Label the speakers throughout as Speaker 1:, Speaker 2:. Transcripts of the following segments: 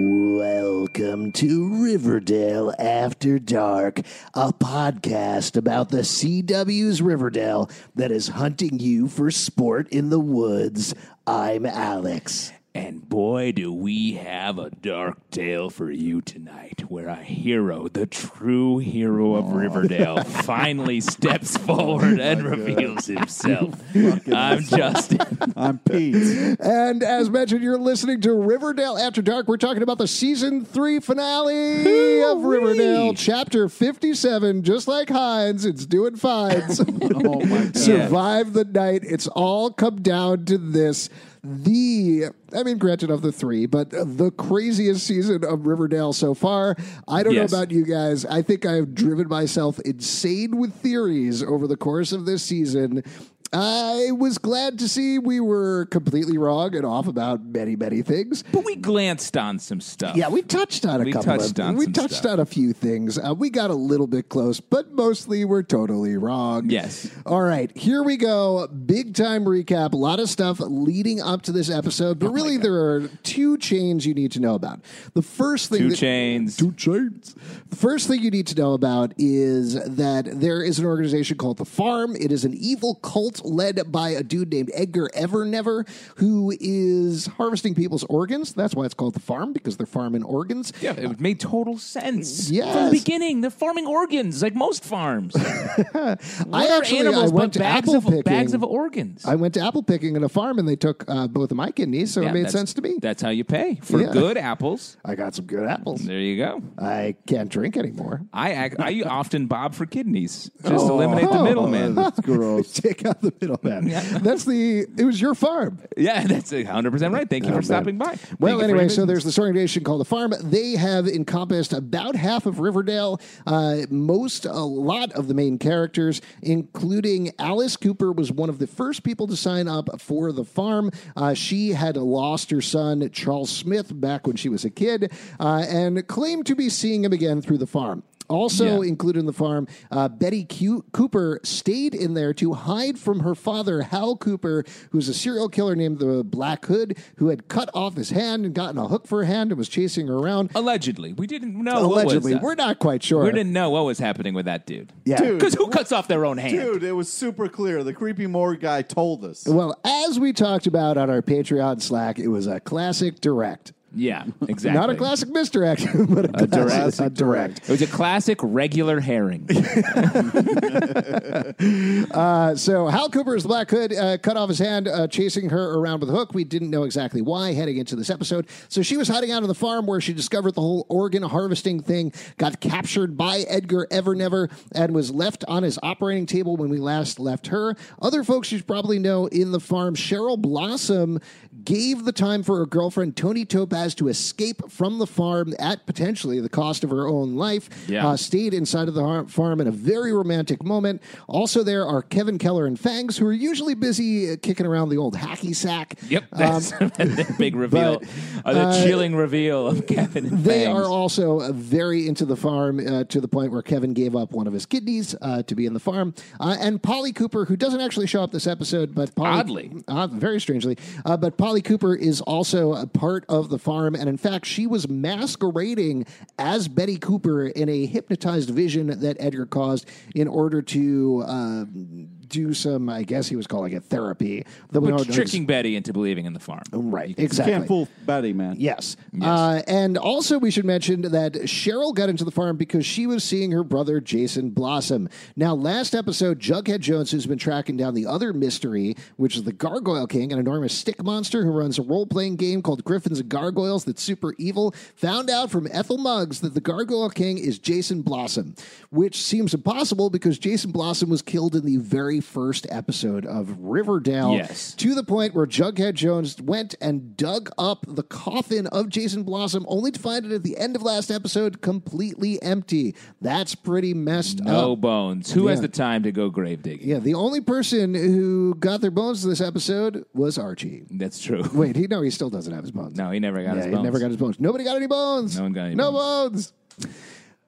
Speaker 1: Welcome to Riverdale After Dark, a podcast about the CW's Riverdale that is hunting you for sport in the woods. I'm Alex.
Speaker 2: And boy, do we have a dark tale for you tonight, where a hero, the true hero of Riverdale, finally steps forward and reveals himself. I'm Justin.
Speaker 3: I'm Pete.
Speaker 4: And as mentioned, you're listening to Riverdale After Dark. We're talking about the season three finale of Riverdale, chapter 57. Just like Hines, it's doing fines.
Speaker 3: Oh my god.
Speaker 4: Survive the night. It's all come down to this. The, I mean, granted, of the three, but the craziest season of Riverdale so far. I don't
Speaker 2: Yes.
Speaker 4: know about you guys. I think I've driven myself insane with theories over the course of this season. I was glad to see we were completely wrong and off about many, many things.
Speaker 2: But we glanced on some stuff.
Speaker 4: Yeah, we touched on a
Speaker 2: We
Speaker 4: couple
Speaker 2: touched
Speaker 4: of
Speaker 2: on
Speaker 4: we
Speaker 2: some
Speaker 4: touched
Speaker 2: stuff.
Speaker 4: on a few things. Uh, we got a little bit close, but mostly we're totally wrong.
Speaker 2: Yes.
Speaker 4: All right, here we go. Big time recap. A lot of stuff leading up to this episode,
Speaker 2: Oh
Speaker 4: but really there are two chains you need to know about. The first thing
Speaker 2: Two
Speaker 4: that-
Speaker 2: chains.
Speaker 4: Two chains. The first thing you need to know about is that there is an organization called The Farm. It is an evil cult led by a dude named Edgar Evernever, who is harvesting people's organs. That's why it's called The Farm, because they're farming organs.
Speaker 2: Yeah, it made total sense from
Speaker 4: Yes.
Speaker 2: the beginning. They're farming organs, like most farms.
Speaker 4: I actually I went to
Speaker 2: bags
Speaker 4: apple
Speaker 2: of
Speaker 4: picking.
Speaker 2: bags of organs.
Speaker 4: I went to apple picking in a farm, and they took uh, both of my kidneys, so
Speaker 2: Yeah,
Speaker 4: it made
Speaker 2: that's-
Speaker 4: sense to me.
Speaker 2: That's how you pay for
Speaker 4: Yeah.
Speaker 2: good apples.
Speaker 4: I got some good apples.
Speaker 2: There you go.
Speaker 4: I can't drink anymore.
Speaker 2: I ac- I often bob for kidneys. Just eliminate the
Speaker 4: Oh.
Speaker 2: middleman.
Speaker 3: That's gross.
Speaker 4: Take out the middleman. That's the. It was your farm.
Speaker 2: Yeah, that's hundred percent right. Thank you for stopping by. Thank
Speaker 4: Well,
Speaker 2: you for
Speaker 4: anyway,
Speaker 2: your
Speaker 4: so
Speaker 2: business.
Speaker 4: there's this organization called the Farm. They have encompassed about half of Riverdale, uh, most, a lot of the main characters, including Alice Cooper was one of the first people to sign up for the Farm. Uh, she had lost her son Charles Smith back when she was a kid, uh, and claimed to be seeing him again through the Farm. Also
Speaker 2: Yeah.
Speaker 4: included in the farm, uh, Betty Q- Cooper stayed in there to hide from her father, Hal Cooper, who's a serial killer named the Black Hood, who had cut off his hand and gotten a hook for a hand and was chasing her around.
Speaker 2: Allegedly, we didn't know.
Speaker 4: Allegedly,
Speaker 2: what was
Speaker 4: we're
Speaker 2: that.
Speaker 4: not quite sure.
Speaker 2: We didn't know what was happening with that dude.
Speaker 4: Yeah. Dude,
Speaker 2: because who cuts off their own hand?
Speaker 1: Dude, it was super clear. The creepy morgue guy told us.
Speaker 4: Well, as we talked about on our Patreon Slack, it was a classic direct.
Speaker 2: Yeah, exactly.
Speaker 4: Not a classic misdirect, but a, classic, a direct.
Speaker 2: It was a classic regular herring.
Speaker 4: So Hal Cooper's Black Hood uh, cut off his hand, uh, chasing her around with a hook. We didn't know exactly why heading into this episode. So she was hiding out on the farm where she discovered the whole organ harvesting thing, got captured by Edgar Evernever, and was left on his operating table when we last left her. Other folks you probably know in the farm, Cheryl Blossom gave the time for her girlfriend Tony Topaz to escape from the farm at potentially the cost of her own life.
Speaker 2: Yeah.
Speaker 4: Uh, stayed inside of the har- farm in a very romantic moment. Also, there are Kevin Keller and Fangs, who are usually busy uh, kicking around the old hacky sack.
Speaker 2: yep, that's the big reveal,
Speaker 4: Um, but,
Speaker 2: uh, the
Speaker 4: uh,
Speaker 2: chilling reveal of Kevin. And
Speaker 4: They
Speaker 2: Fangs.
Speaker 4: are also uh, very into the farm uh, to the point where Kevin gave up one of his kidneys uh, to be in the farm. Uh, and Polly Cooper, who doesn't actually show up this episode, but Polly,
Speaker 2: Oddly.
Speaker 4: uh, very strangely, uh, but Polly Cooper is also a part of the farm. And in fact, she was masquerading as Betty Cooper in a hypnotized vision that Edgar caused in order to. Uh, do some, I guess he was calling it therapy. Though we
Speaker 2: But
Speaker 4: don't know
Speaker 2: tricking Betty into believing in the farm.
Speaker 4: Right, exactly.
Speaker 1: Can't fool Betty, man.
Speaker 4: Yes. Uh, and also, we should mention that Cheryl got into the farm because she was seeing her brother, Jason Blossom. Now, last episode, Jughead Jones, who's been tracking down the other mystery, which is the Gargoyle King, an enormous stick monster who runs a role playing game called Griffins and Gargoyles that's super evil, found out from Ethel Muggs that the Gargoyle King is Jason Blossom, which seems impossible because Jason Blossom was killed in the very first episode of Riverdale
Speaker 2: Yes.
Speaker 4: to the point where Jughead Jones went and dug up the coffin of Jason Blossom, only to find it at the end of last episode completely empty. That's pretty messed
Speaker 2: No
Speaker 4: up.
Speaker 2: bones. Who has
Speaker 4: yeah.
Speaker 2: the time to go grave digging?
Speaker 4: Yeah, the only person who got their bones this episode was Archie.
Speaker 2: That's true.
Speaker 4: Wait, he no, he still doesn't have his bones.
Speaker 2: No, he never got
Speaker 4: yeah,
Speaker 2: his
Speaker 4: he
Speaker 2: bones.
Speaker 4: never got his bones. Nobody got any bones.
Speaker 2: No one got any
Speaker 4: no bones.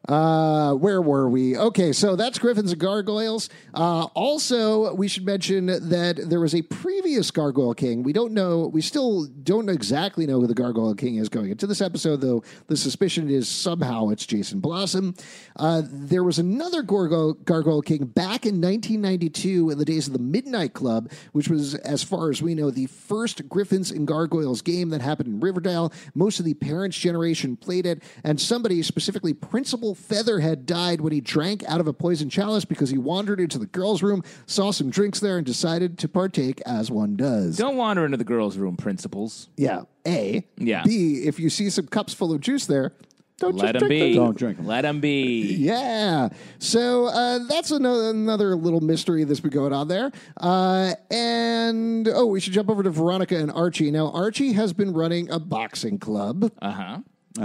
Speaker 4: Uh, where were we? Okay, so that's Griffins and Gargoyles. Uh, also, we should mention that there was a previous Gargoyle King. We don't know, we still don't exactly know who the Gargoyle King is going into this episode, though the suspicion is somehow it's Jason Blossom. Uh, there was another Gargoyle, Gargoyle King back in 1992 in the days of the Midnight Club, which was, as far as we know, the first Griffins and Gargoyles game that happened in Riverdale. Most of the parents' generation played it, and somebody, specifically Principal Featherhead, died when he drank out of a poison chalice because he wandered into the girls' room, saw some drinks there, and decided to partake as one does.
Speaker 2: Don't wander into the girls' room, principals.
Speaker 4: yeah. A.
Speaker 2: Yeah.
Speaker 4: B. If you see some cups full of juice there, don't just
Speaker 2: Let them
Speaker 4: drink them.
Speaker 2: be.
Speaker 1: Don't drink 'em.
Speaker 2: Let them be.
Speaker 4: Yeah. So uh, that's another, another little mystery that's been going on there. Uh, and oh, we should jump over to Veronica and Archie. Now, Archie has been running a boxing club.
Speaker 2: Uh huh.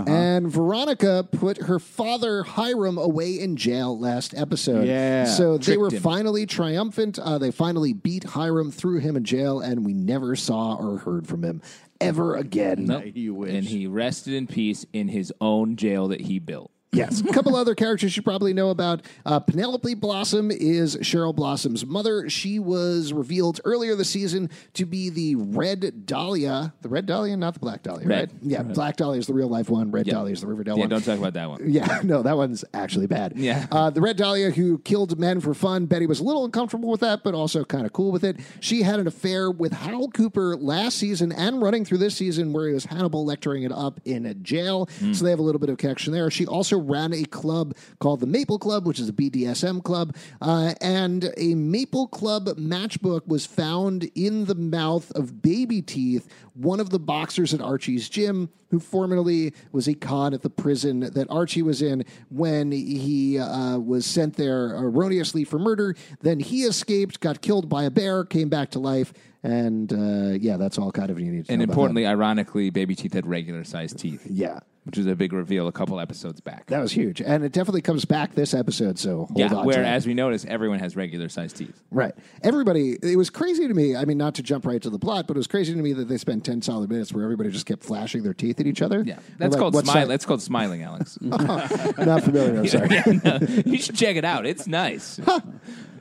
Speaker 4: And Veronica put her father Hiram away in jail last episode.
Speaker 1: Yeah.
Speaker 4: so they
Speaker 2: Tricked
Speaker 4: were
Speaker 2: him.
Speaker 4: finally triumphant. Uh, they finally beat Hiram, threw him in jail, and we never saw or heard from him ever again.
Speaker 1: You wish.
Speaker 2: And he rested in peace in his own jail that he built.
Speaker 4: Yes. A couple other characters you probably know about. Uh, Penelope Blossom is Cheryl Blossom's mother. She was revealed earlier this season to be the Red Dahlia. The Red Dahlia, not the Black Dahlia,
Speaker 2: Red.
Speaker 4: right? Yeah, Black Dahlia is the real life one. Red Dahlia is the Riverdale
Speaker 2: Yeah,
Speaker 4: one.
Speaker 2: don't talk about that one.
Speaker 4: Yeah, no, that one's actually bad.
Speaker 2: Yeah.
Speaker 4: Uh, the Red Dahlia, who killed men for fun, Betty was a little uncomfortable with that, but also kind of cool with it. She had an affair with Hal Cooper last season and running through this season, where he was Hannibal lecturing it up in a jail.
Speaker 2: Hmm.
Speaker 4: So they have a little bit of connection there. She also ran a club called the Maple Club, which is a BDSM club. Uh, and a Maple Club matchbook was found in the mouth of Baby Teeth, one of the boxers at Archie's gym, who formerly was a con at the prison that Archie was in when he uh, was sent there erroneously for murder. Then he escaped, got killed by a bear, came back to life, And uh, yeah, that's all kind of you need to
Speaker 2: And
Speaker 4: know about
Speaker 2: importantly, ironically, Baby Teeth had regular sized teeth.
Speaker 4: that. yeah.
Speaker 2: Which was a big reveal a couple episodes back.
Speaker 4: That was huge. And it definitely comes back this episode, so hold on.
Speaker 2: yeah,
Speaker 4: to
Speaker 2: where,
Speaker 4: that.
Speaker 2: as we notice, everyone has regular sized teeth.
Speaker 4: Right. Everybody, it was crazy to me. I mean, not to jump right to the plot, but it was crazy to me that they spent 10 solid minutes where everybody just kept flashing their teeth at each other.
Speaker 2: Yeah.
Speaker 4: They're
Speaker 2: That's
Speaker 4: like,
Speaker 2: called
Speaker 4: "What
Speaker 2: smile.
Speaker 4: side?"
Speaker 2: That's called smiling, Alex.
Speaker 4: not familiar. I'm sorry.
Speaker 2: Yeah, no, you should check it out. It's nice.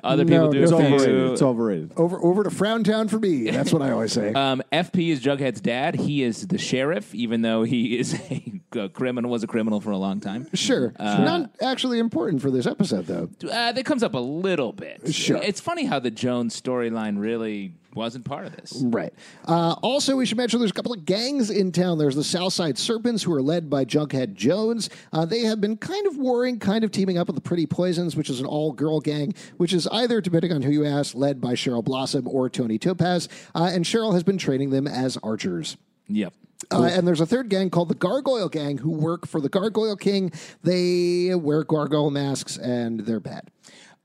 Speaker 2: Other
Speaker 4: No, Uh,
Speaker 2: people do
Speaker 4: it's
Speaker 5: It's
Speaker 2: it for
Speaker 5: overrated.
Speaker 2: you.
Speaker 5: It's overrated.
Speaker 4: Over, over to Frown Town for me. That's what I always say.
Speaker 2: Um, FP is Jughead's dad. He is the sheriff, even though he is a, a criminal, was a criminal for a long time.
Speaker 4: sure. not actually important for this episode, though.
Speaker 2: Uh, that comes up a little bit.
Speaker 4: Sure.
Speaker 2: It's funny how the Jones storyline really wasn't part of this.
Speaker 4: Right. Uh, also, we should mention there's a couple of gangs in town. There's the Southside Serpents, who are led by Jughead Jones. Uh, they have been kind of warring, kind of teaming up with the Pretty Poisons, which is an all girl gang, which is either, depending on who you ask, led by Cheryl Blossom or Tony Topaz. Uh, and Cheryl has been training them as archers.
Speaker 2: Yep.
Speaker 4: Uh, and there's a third gang called the Gargoyle Gang who work for the Gargoyle King. They wear gargoyle masks and they're bad.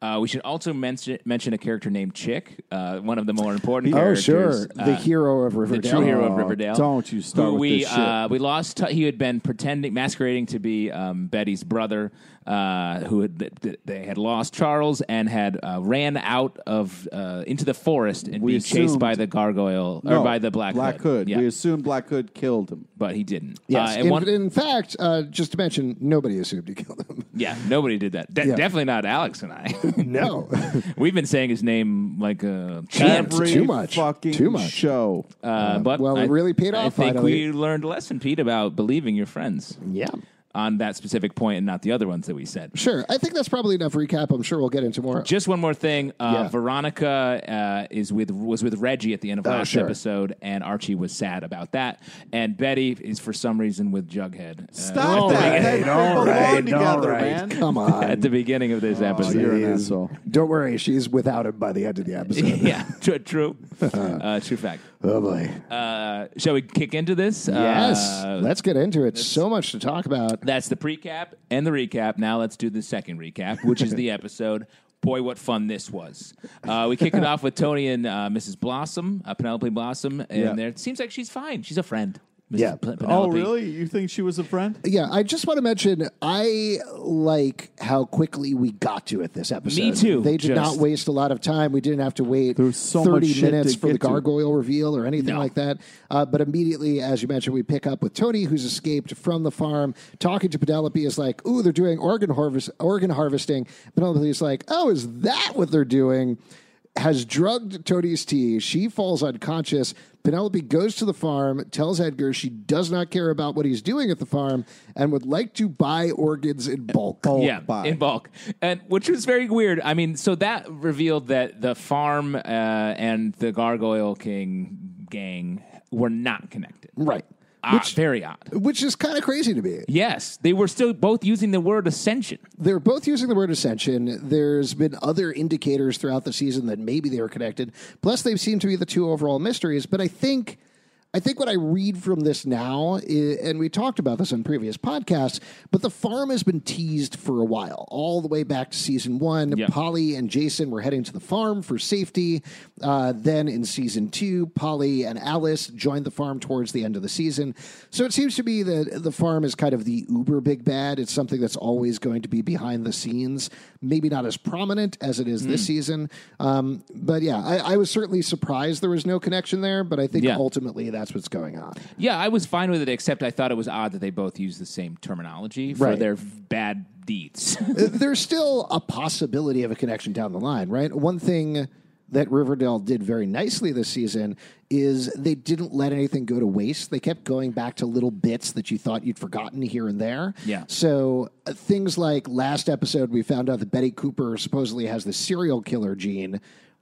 Speaker 2: Uh, we should also mention mention a character named Chick, uh, one of the more important
Speaker 4: Oh,
Speaker 2: characters.
Speaker 4: sure. the
Speaker 2: Uh,
Speaker 4: hero of
Speaker 2: the
Speaker 4: Riverdale.
Speaker 2: true hero of
Speaker 5: Oh,
Speaker 2: Riverdale.
Speaker 5: don't you start
Speaker 2: who
Speaker 5: with
Speaker 2: we,
Speaker 5: this shit.
Speaker 2: Uh, we lost. he had been pretending, masquerading to be um, Betty's brother, uh, who had, th- th- they had lost Charles and had uh, ran out of uh, into the forest and
Speaker 5: We
Speaker 2: being chased
Speaker 5: assumed-
Speaker 2: by the gargoyle or by the black
Speaker 5: Black Hood.
Speaker 2: Yeah.
Speaker 5: We assumed Black Hood killed him.
Speaker 2: but he didn't.
Speaker 4: Yes.
Speaker 2: Uh, and
Speaker 4: in,
Speaker 2: one-
Speaker 4: in fact, uh, just to mention, nobody assumed he killed him.
Speaker 2: yeah, nobody did that. De-
Speaker 4: Yeah.
Speaker 2: Definitely not Alex and I.
Speaker 4: No.
Speaker 2: We've been saying his name like a champ.
Speaker 5: Every
Speaker 4: too much.
Speaker 5: fucking
Speaker 4: Too much.
Speaker 5: show.
Speaker 2: Uh, but
Speaker 4: well, it
Speaker 2: I-
Speaker 4: really paid
Speaker 2: I
Speaker 4: off,
Speaker 2: think
Speaker 4: finally.
Speaker 2: we learned a lesson, Pete, about believing your friends
Speaker 4: yeah.
Speaker 2: on that specific point and not the other ones that we said.
Speaker 4: Sure. I think that's probably enough recap. I'm sure we'll get into more.
Speaker 2: Just one more thing.
Speaker 4: Yeah.
Speaker 2: Uh, Veronica uh, is with was with Reggie at the end of
Speaker 4: Oh,
Speaker 2: last
Speaker 4: sure.
Speaker 2: episode, and Archie was sad about that. And Betty is for some reason with Jughead. uh,
Speaker 5: Stop that. They- they belong together, man.
Speaker 4: Come on.
Speaker 2: at the beginning of this
Speaker 4: Oh,
Speaker 2: episode.
Speaker 5: Oh, You're an asshole.
Speaker 4: Don't worry. She's without him by the end of the episode.
Speaker 2: yeah, true, true, uh, true fact.
Speaker 4: oh, boy.
Speaker 2: Uh, shall we kick into this?
Speaker 4: yes.
Speaker 2: Uh,
Speaker 4: Let's get into it. So much to talk about.
Speaker 2: that's the precap and the recap. Now let's do the second recap, which is the episode. Boy, what fun this was! Uh, we kick it off with Tony and uh, Mrs. Blossom, uh, Penelope Blossom, and
Speaker 5: Yeah.
Speaker 2: there it seems like she's fine. She's a friend. Mrs.
Speaker 4: Yeah.
Speaker 2: Pe-
Speaker 5: Oh,
Speaker 2: Penelope.
Speaker 5: really? You think she was a friend?
Speaker 4: Yeah, I just want to mention I like how quickly we got to it this episode.
Speaker 2: Me too,
Speaker 4: They did
Speaker 2: just-
Speaker 4: not waste a lot of time. We didn't have to wait
Speaker 5: There was so much
Speaker 4: thirty
Speaker 5: shit
Speaker 4: minutes
Speaker 5: to
Speaker 4: for the
Speaker 5: get to.
Speaker 4: gargoyle reveal or anything
Speaker 2: No.
Speaker 4: like that. Uh, but immediately, as you mentioned, we pick up with Tony, who's escaped from the farm, talking to Penelope. Is like, "Ooh, they're doing organ harvest, organ harvesting." Penelope is like, "Oh, is that what they're doing?" Has drugged Tony's tea. She falls unconscious. Penelope goes to the farm, tells Edgar she does not care about what he's doing at the farm and would like to buy organs in bulk.
Speaker 5: Bulk
Speaker 2: yeah,
Speaker 5: buy.
Speaker 2: in bulk, and which was very weird. I mean, so that revealed that the farm uh, and the Gargoyle King gang were not connected.
Speaker 4: Right.
Speaker 2: Ah, very odd.
Speaker 4: Which is kind of crazy to me.
Speaker 2: Yes, they were still both using the word ascension.
Speaker 4: They're both using the word ascension. There's been other indicators throughout the season that maybe they were connected. Plus, they seem to be the two overall mysteries. But I think, I think what I read from this now, i and we talked about this on previous podcasts, but the farm has been teased for a while, all the way back to season one.
Speaker 2: Yep.
Speaker 4: Polly and Jason were heading to the farm for safety. Uh, then in season two, Polly and Alice joined the farm towards the end of the season. So it seems to me that the farm is kind of the uber big bad. It's something that's always going to be behind the scenes, maybe not as prominent as it is this season. Um, but yeah, I, I was certainly surprised there was no connection there, but I think
Speaker 2: Yeah.
Speaker 4: ultimately that's what's going on.
Speaker 2: Yeah, I was fine with it, except I thought it was odd that they both used the same terminology for
Speaker 4: Right.
Speaker 2: their bad deeds.
Speaker 4: there's still a possibility of a connection down the line, right? One thing that Riverdale did very nicely this season is they didn't let anything go to waste. They kept going back to little bits that you thought you'd forgotten here and there.
Speaker 2: Yeah.
Speaker 4: So uh, things like last episode, we found out that Betty Cooper supposedly has the serial killer gene.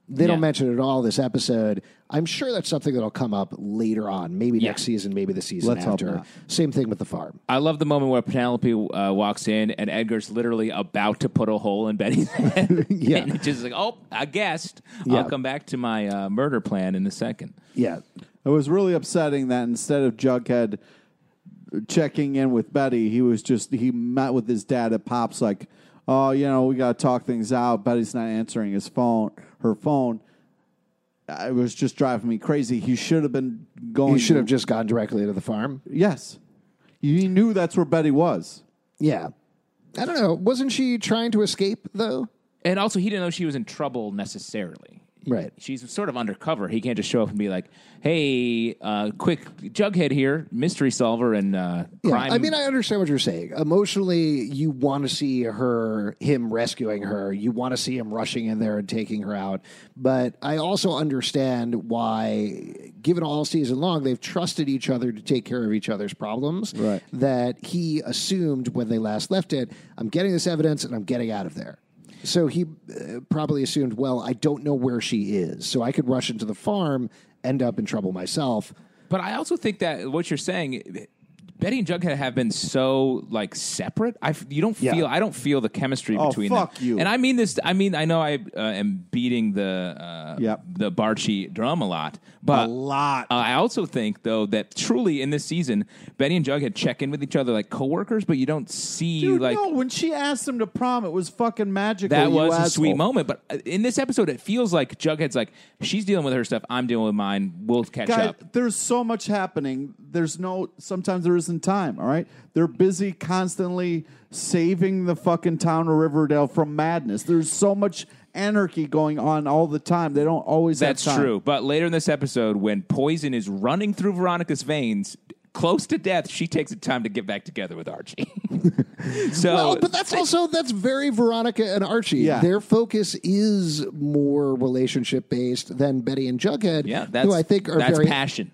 Speaker 4: They
Speaker 2: Yeah.
Speaker 4: don't mention it at all this episode. I'm sure that's something that'll come up later on, maybe next season, maybe the season
Speaker 5: Let's hope
Speaker 4: after.
Speaker 5: not.
Speaker 4: Same thing with the farm.
Speaker 2: I love the moment where Penelope uh, walks in and Edgar's literally about to put a hole in Betty's head.
Speaker 4: Yeah.
Speaker 2: And it's just like, oh, I guessed.
Speaker 4: Yeah.
Speaker 2: I'll come back to my uh, murder plan in a second.
Speaker 4: Yeah.
Speaker 5: It was really upsetting that instead of Jughead checking in with Betty, he was just he met with his dad at Pops like, oh, you know, we got to talk things out. Betty's not answering his phone, her phone. uh, it was just driving me crazy. He should have been going.
Speaker 4: You should have just gone directly to the farm.
Speaker 5: Yes, he knew that's where Betty was.
Speaker 4: Yeah. I don't know. Wasn't she trying to escape though?
Speaker 2: And also, he didn't know she was in trouble necessarily.
Speaker 4: Right.
Speaker 2: She's sort of undercover. He can't just show up and be like, "Hey, uh, quick, Jughead here, mystery solver and uh,
Speaker 4: Yeah,
Speaker 2: crime."
Speaker 4: I mean, I understand what you're saying. Emotionally, you want to see her, him rescuing her. You want to see him rushing in there and taking her out. But I also understand why, given all season long, they've trusted each other to take care of each other's problems.
Speaker 5: Right.
Speaker 4: That he assumed when they last left it, I'm getting this evidence and I'm getting out of there. So he uh, probably assumed, well, I don't know where she is, so I could rush into the farm, end up in trouble myself.
Speaker 2: But I also think that what you're saying, Betty and Jughead have been so like separate. I f- you don't
Speaker 4: Yeah.
Speaker 2: feel I don't feel the chemistry
Speaker 5: Oh,
Speaker 2: between
Speaker 5: fuck
Speaker 2: them.
Speaker 5: you.
Speaker 2: And I mean this. I mean I know I uh, am beating the uh,
Speaker 5: Yep.
Speaker 2: the Barchi drum a lot, but
Speaker 5: A lot.
Speaker 2: Uh, I also think though that truly in this season, Betty and Jughead check in with each other like coworkers, but you don't see
Speaker 5: Dude,
Speaker 2: like
Speaker 5: no, when she asked him to prom, it was fucking magical.
Speaker 2: that
Speaker 5: you
Speaker 2: was a
Speaker 5: asshole.
Speaker 2: sweet moment. But uh, in this episode, it feels like Jughead's like she's dealing with her stuff. I'm dealing with mine. We'll catch
Speaker 5: Guys,
Speaker 2: up.
Speaker 5: there's so much happening. There's no, sometimes there isn't time, all right? They're busy constantly saving the fucking town of Riverdale from madness. There's so much anarchy going on all the time. They don't always
Speaker 2: That's
Speaker 5: have time.
Speaker 2: true. But later in this episode, when poison is running through Veronica's veins, close to death, she takes the time to get back together with Archie. so,
Speaker 4: Well, Oh, but that's also that's very Veronica and Archie.
Speaker 5: Yeah.
Speaker 4: Their focus is more relationship based than Betty and Jughead.
Speaker 2: yeah, that's
Speaker 4: who I think are
Speaker 2: that's
Speaker 4: very
Speaker 2: passion.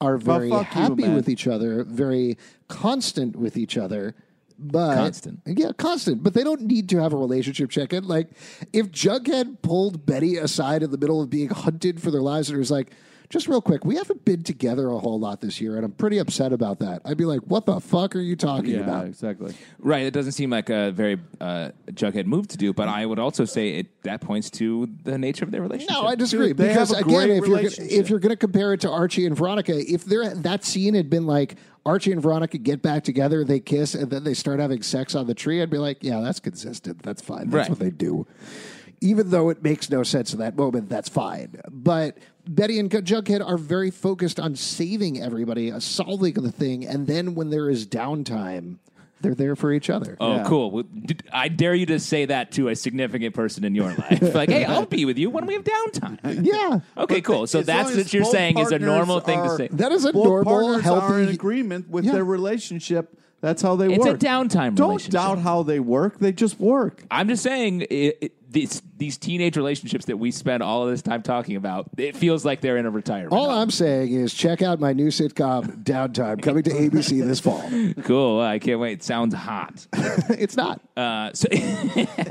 Speaker 4: are very
Speaker 5: fuck you,
Speaker 4: happy
Speaker 5: man.
Speaker 4: with each other, very constant with each other. But
Speaker 2: Constant.
Speaker 4: yeah, constant. But they don't need to have a relationship check in. Like if Jughead pulled Betty aside in the middle of being hunted for their lives and was like. Just real quick, we haven't been together a whole lot this year, and I'm pretty upset about that. I'd be like, "What the fuck are you talking
Speaker 5: Yeah,
Speaker 4: about?"
Speaker 5: exactly.
Speaker 2: Right. It doesn't seem like a very uh, Jughead move to do, but I would also say it that points to the nature of their relationship.
Speaker 4: No, I disagree.
Speaker 5: Dude, they
Speaker 4: because
Speaker 5: have a
Speaker 4: again,
Speaker 5: great
Speaker 4: if you're gonna,
Speaker 5: relationship.
Speaker 4: if you're going to compare it to Archie and Veronica, if there that scene had been like Archie and Veronica get back together, they kiss, and then they start having sex on the tree, I'd be like, yeah, that's consistent. That's fine. That's
Speaker 2: Right.
Speaker 4: what they do. Even though it makes no sense in that moment, that's fine. But Betty and Jughead are very focused on saving everybody, uh, solving the thing, and then when there is downtime, they're there for each other.
Speaker 2: Oh,
Speaker 5: Yeah.
Speaker 2: cool. Well, d- I dare you to say that to a significant person in your life. like, hey, I'll be with you when we have downtime.
Speaker 4: Yeah.
Speaker 2: Okay, cool. So
Speaker 5: As
Speaker 2: that's
Speaker 5: long as
Speaker 2: what you're
Speaker 5: both
Speaker 2: saying is a
Speaker 5: partners
Speaker 2: normal thing to
Speaker 5: are-
Speaker 2: say.
Speaker 4: That is a
Speaker 5: both
Speaker 4: normal,
Speaker 5: partners are in
Speaker 4: healthy-
Speaker 5: agreement with
Speaker 4: Yeah.
Speaker 5: their relationship. That's how they
Speaker 2: It's a
Speaker 5: work.
Speaker 2: downtime
Speaker 5: Don't
Speaker 2: relationship.
Speaker 5: doubt how they work. They just work.
Speaker 2: I'm just saying it, it, these these teenage relationships that we spend all of this time talking about. It feels like they're in a retirement.
Speaker 4: All I'm saying is check out my new sitcom, Downtime, coming to ABC this fall.
Speaker 2: cool. I can't wait. sounds hot.
Speaker 4: it's not.
Speaker 2: Uh, so,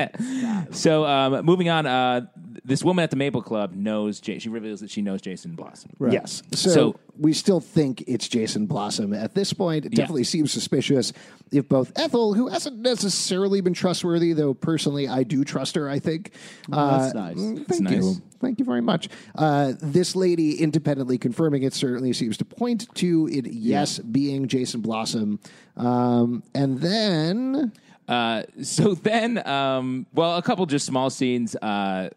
Speaker 2: so um, moving on. Uh, this woman at the Maple Club knows. Ja- she reveals that she knows Jason Blossom.
Speaker 4: Yes. So,
Speaker 2: So-
Speaker 4: we still think it's Jason Blossom. At this point, it
Speaker 2: Yeah.
Speaker 4: definitely seems suspicious if both Ethel, who hasn't necessarily been trustworthy, though personally I do trust her, I think. uh,
Speaker 5: that's nice.
Speaker 4: Thank
Speaker 2: That's
Speaker 4: you.
Speaker 2: nice.
Speaker 4: Thank you very much. Uh, this lady independently confirming it certainly seems to point to it, yes, being Jason Blossom. Um, and then.
Speaker 2: Uh, so then, um, well, a couple just small scenes. Uh,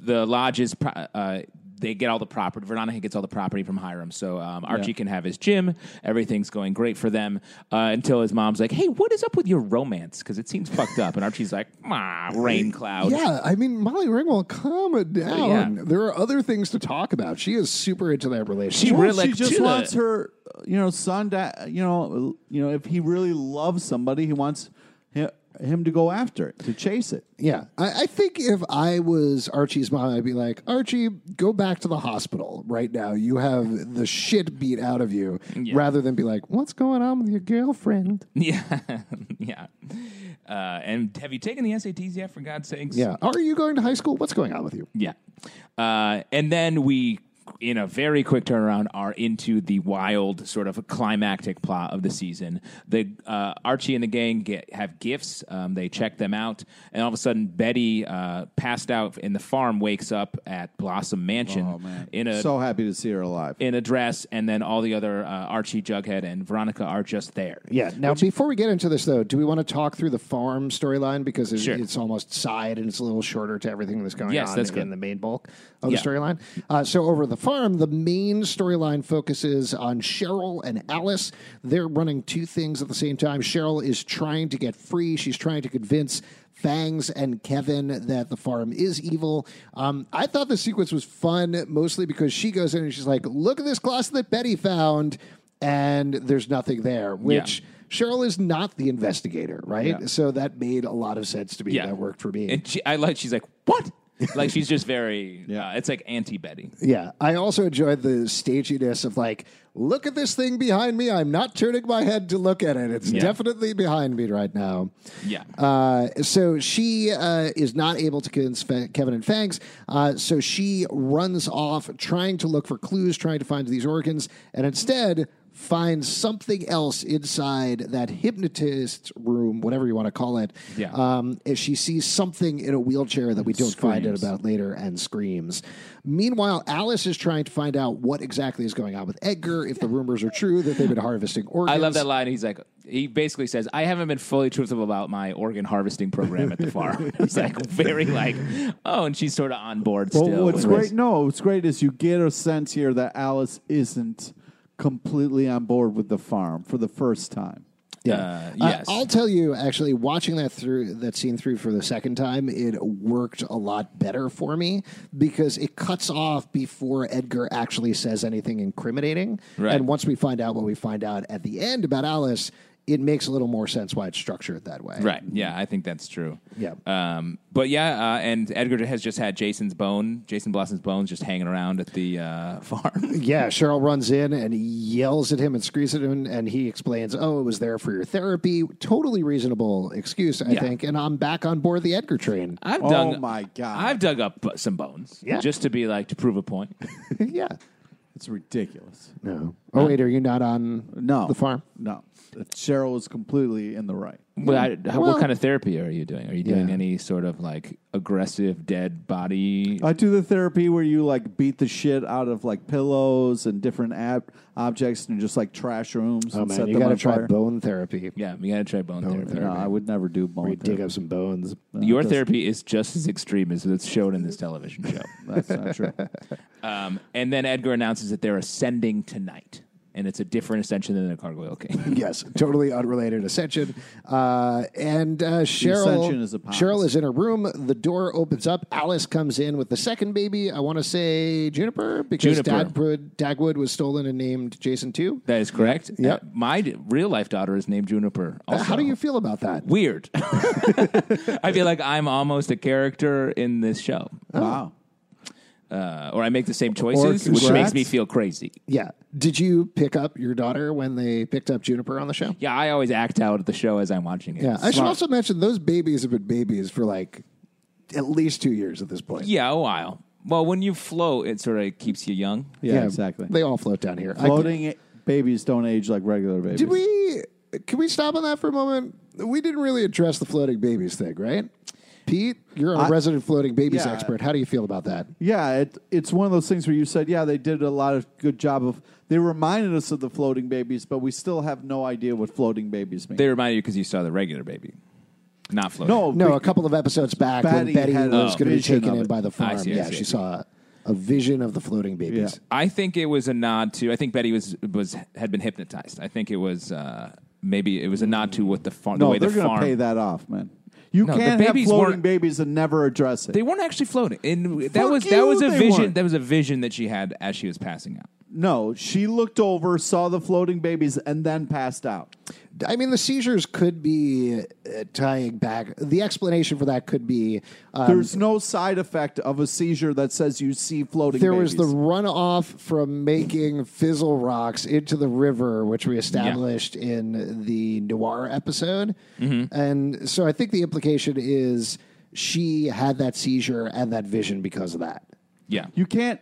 Speaker 2: the lodges, pro- uh, they get all the property. Veronica gets all the property from Hiram, so um, Archie can have his gym. Everything's going great for them uh, until his mom's like, "Hey, what is up with your romance? Because it seems fucked up." And Archie's like, "Ah, rain cloud."
Speaker 4: Yeah, I mean, Molly Ringwald, calm it down.
Speaker 2: Yeah.
Speaker 4: There are other things to talk about. She is super into that relationship.
Speaker 2: She
Speaker 5: Well,
Speaker 2: really
Speaker 5: she just
Speaker 2: to-
Speaker 5: wants her, you know, son to, you know, you know, if he really loves somebody, he wants hi- him to go after it, to chase it.
Speaker 4: yeah, I, I think if I was Archie's mom, I'd be like, Archie, go back to the hospital right now. You have the shit beat out of you, rather than be like, what's going on with your girlfriend?
Speaker 2: Yeah, yeah. Uh, and have you taken the SATs yet? For God's sakes,
Speaker 4: Yeah, are you going to high school? What's going on with you?
Speaker 2: Yeah. Uh, and then we in a very quick turnaround, are into the wild sort of climactic plot of the season. The uh, Archie and the gang get have gifts. Um, they check them out, and all of a sudden, Betty, uh, passed out in the farm, wakes up at Blossom Mansion
Speaker 4: Oh,
Speaker 2: in a
Speaker 5: so happy to see her alive.
Speaker 2: in a dress, and then all the other uh, Archie, Jughead, and Veronica are just there.
Speaker 4: Yeah. Now, before we get into this, though, do we want to talk through the farm storyline because it,
Speaker 2: Sure.
Speaker 4: it's almost side and it's a little shorter to everything that's going
Speaker 2: Yes,
Speaker 4: on
Speaker 2: that's
Speaker 4: in,
Speaker 2: good.
Speaker 4: the main bulk of
Speaker 2: Yeah.
Speaker 4: the storyline? Uh, so, over the farm, the main storyline focuses on Cheryl and Alice. They're running two things at the same time. Cheryl is trying to get free. She's trying to convince. Fangs and Kevin that the farm is evil. Um, I thought the sequence was fun mostly because she goes in and she's like, "Look at this closet that Betty found," and there's nothing there, which Cheryl is not the investigator, right? So that made a lot of sense to me. That worked for me.
Speaker 2: And she, I like. She's like, what? like she's just very. Yeah, it's like anti Betty.
Speaker 4: yeah. I also enjoyed the staginess of like, look at this thing behind me. I'm not turning my head to look at it. It's definitely behind me right now.
Speaker 2: Yeah.
Speaker 4: Uh, so she uh, is not able to convince Fe- Kevin and Fangs. Uh, so she runs off trying to look for clues, trying to find these organs, and instead finds something else inside that hypnotist room, whatever you want to call it.
Speaker 2: Yeah.
Speaker 4: Um, if she sees something in a wheelchair that we don't find out about later and screams. Meanwhile, Alice is trying to find out what exactly is going on with Edgar, if the rumors are true that they've been harvesting organs.
Speaker 2: I love that line. He's like, he basically says, "I haven't been fully truthful about my organ harvesting program at the farm." it's like very like, oh, and she's sort of on board
Speaker 5: Well,
Speaker 2: still.
Speaker 5: what's
Speaker 2: with uh,
Speaker 5: great?
Speaker 2: this.
Speaker 5: No, what's great is you get a sense here that Alice isn't completely on board with the farm for the first time.
Speaker 2: Yeah.
Speaker 4: Uh,
Speaker 2: yes.
Speaker 4: I'll tell you actually watching that through that scene through for the second time, it worked a lot better for me because it cuts off before Edgar actually says anything incriminating.
Speaker 2: Right.
Speaker 4: And once we find out what we find out at the end about Alice, it makes a little more sense why it's structured that way.
Speaker 2: Right. Yeah, I think that's true.
Speaker 4: Yeah.
Speaker 2: Um, but yeah, uh, and Edgar has just had Jason's bone, Jason Blossom's bones, just hanging around at the uh, farm.
Speaker 4: Yeah, Cheryl runs in and yells at him and screams at him, and he explains, "Oh, it was there for your therapy." Totally reasonable excuse, I
Speaker 2: Yeah.
Speaker 4: think. And I'm back on board the Edgar train.
Speaker 2: I've
Speaker 5: Oh
Speaker 2: dug.
Speaker 5: my God.
Speaker 2: I've dug up uh, some bones.
Speaker 4: Yeah.
Speaker 2: Just to be like to prove a point.
Speaker 4: yeah.
Speaker 5: It's ridiculous.
Speaker 4: No. Oh wait, are you not on
Speaker 5: No,
Speaker 4: the farm?
Speaker 5: No, Cheryl was completely in the right.
Speaker 2: Well, I, how,
Speaker 4: Well-
Speaker 2: what kind of therapy are you doing? Are you doing
Speaker 4: Yeah.
Speaker 2: any sort of like aggressive dead body?
Speaker 5: I do the therapy where you like beat the shit out of like pillows and different ab- objects and just like trash rooms
Speaker 4: Oh
Speaker 5: and
Speaker 4: man,
Speaker 5: set
Speaker 4: you
Speaker 5: them
Speaker 4: gotta
Speaker 5: on
Speaker 4: try
Speaker 5: fire.
Speaker 4: bone therapy.
Speaker 2: yeah, we gotta try bone therapy.
Speaker 5: no, I would never do bone
Speaker 4: We dig
Speaker 5: therapy.
Speaker 4: up some bones.
Speaker 2: Your therapy is just as extreme as it's shown in this television show.
Speaker 5: That's not true.
Speaker 2: um, and then Edgar announces that they're ascending tonight, and it's a different ascension than the Gargoyle King.
Speaker 4: Yes, totally unrelated ascension. Uh, and uh, Cheryl,
Speaker 5: ascension is upon
Speaker 4: Cheryl
Speaker 5: us.
Speaker 4: is in her room. The door opens up. Alice comes in with the second baby. I want to say Juniper because
Speaker 2: Juniper.
Speaker 4: Dagwood, Dagwood was stolen and named Jason too.
Speaker 2: that is correct.
Speaker 4: Yep. Uh,
Speaker 2: Uh, my d- real life daughter is named Juniper. Also.
Speaker 4: How do you feel about that?
Speaker 2: Weird. I feel like I'm almost a character in this show,
Speaker 5: wow.
Speaker 2: uh, or I make the same choices, which makes
Speaker 5: congrats.
Speaker 2: me feel crazy.
Speaker 4: Yeah. Did you pick up your daughter when they picked up Juniper on the show?
Speaker 2: Yeah, I always act out the show as I'm watching it.
Speaker 4: Yeah. I should also mention those babies have been babies for like at least two years at this point.
Speaker 2: Yeah, a while. Well, when you float, it sort of keeps you young.
Speaker 5: Yeah, exactly.
Speaker 4: They all float down here. I-
Speaker 5: Floating babies don't age like regular babies.
Speaker 4: Did we? Can we stop on that for a moment? We didn't really address the floating babies thing, right? Pete, you're a resident floating babies
Speaker 5: yeah.
Speaker 4: expert. How do you feel about that?
Speaker 5: Yeah, it, it's one of those things where you said, yeah, they did a lot of good job of. They reminded us of the floating babies, but we still have no idea what floating babies mean.
Speaker 2: They remind you because you saw the regular baby, not floating.
Speaker 5: no,
Speaker 4: No,
Speaker 5: no,
Speaker 4: a couple of episodes back when
Speaker 5: Betty
Speaker 4: Betty
Speaker 5: had a
Speaker 4: was going to be
Speaker 5: vision
Speaker 4: taken
Speaker 5: of
Speaker 4: in
Speaker 5: it.
Speaker 4: by the farm.
Speaker 2: I see, I
Speaker 4: yeah,
Speaker 2: see.
Speaker 4: she saw a, a vision of the floating babies.
Speaker 2: I think it was a nod to. I think Betty was was had been hypnotized. I think it was uh, maybe it was a nod to what the farm. the
Speaker 5: no
Speaker 2: way
Speaker 5: they're
Speaker 2: the
Speaker 5: gonna
Speaker 2: farm.
Speaker 5: pay that off, man. You
Speaker 2: No, the
Speaker 5: can't have
Speaker 2: babies
Speaker 5: floating
Speaker 2: weren't-
Speaker 5: babies and never address it.
Speaker 2: They weren't actually floating, and that
Speaker 5: Fuck
Speaker 2: was that was
Speaker 5: you,
Speaker 2: a
Speaker 5: they
Speaker 2: vision.
Speaker 5: weren't.
Speaker 2: That was a vision that she had as she was passing out.
Speaker 5: no, she looked over, saw the floating babies, and then passed out.
Speaker 4: I mean, the seizures could be uh, tying back. The explanation for that could be uh,
Speaker 5: There's no side effect of a seizure that says you see floating.
Speaker 4: there was
Speaker 5: babies.
Speaker 4: the runoff from making fizzle rocks into the river, which we established in the noir episode. And so I think the implication is she had that seizure and that vision because of that.
Speaker 2: Yeah,
Speaker 5: you can't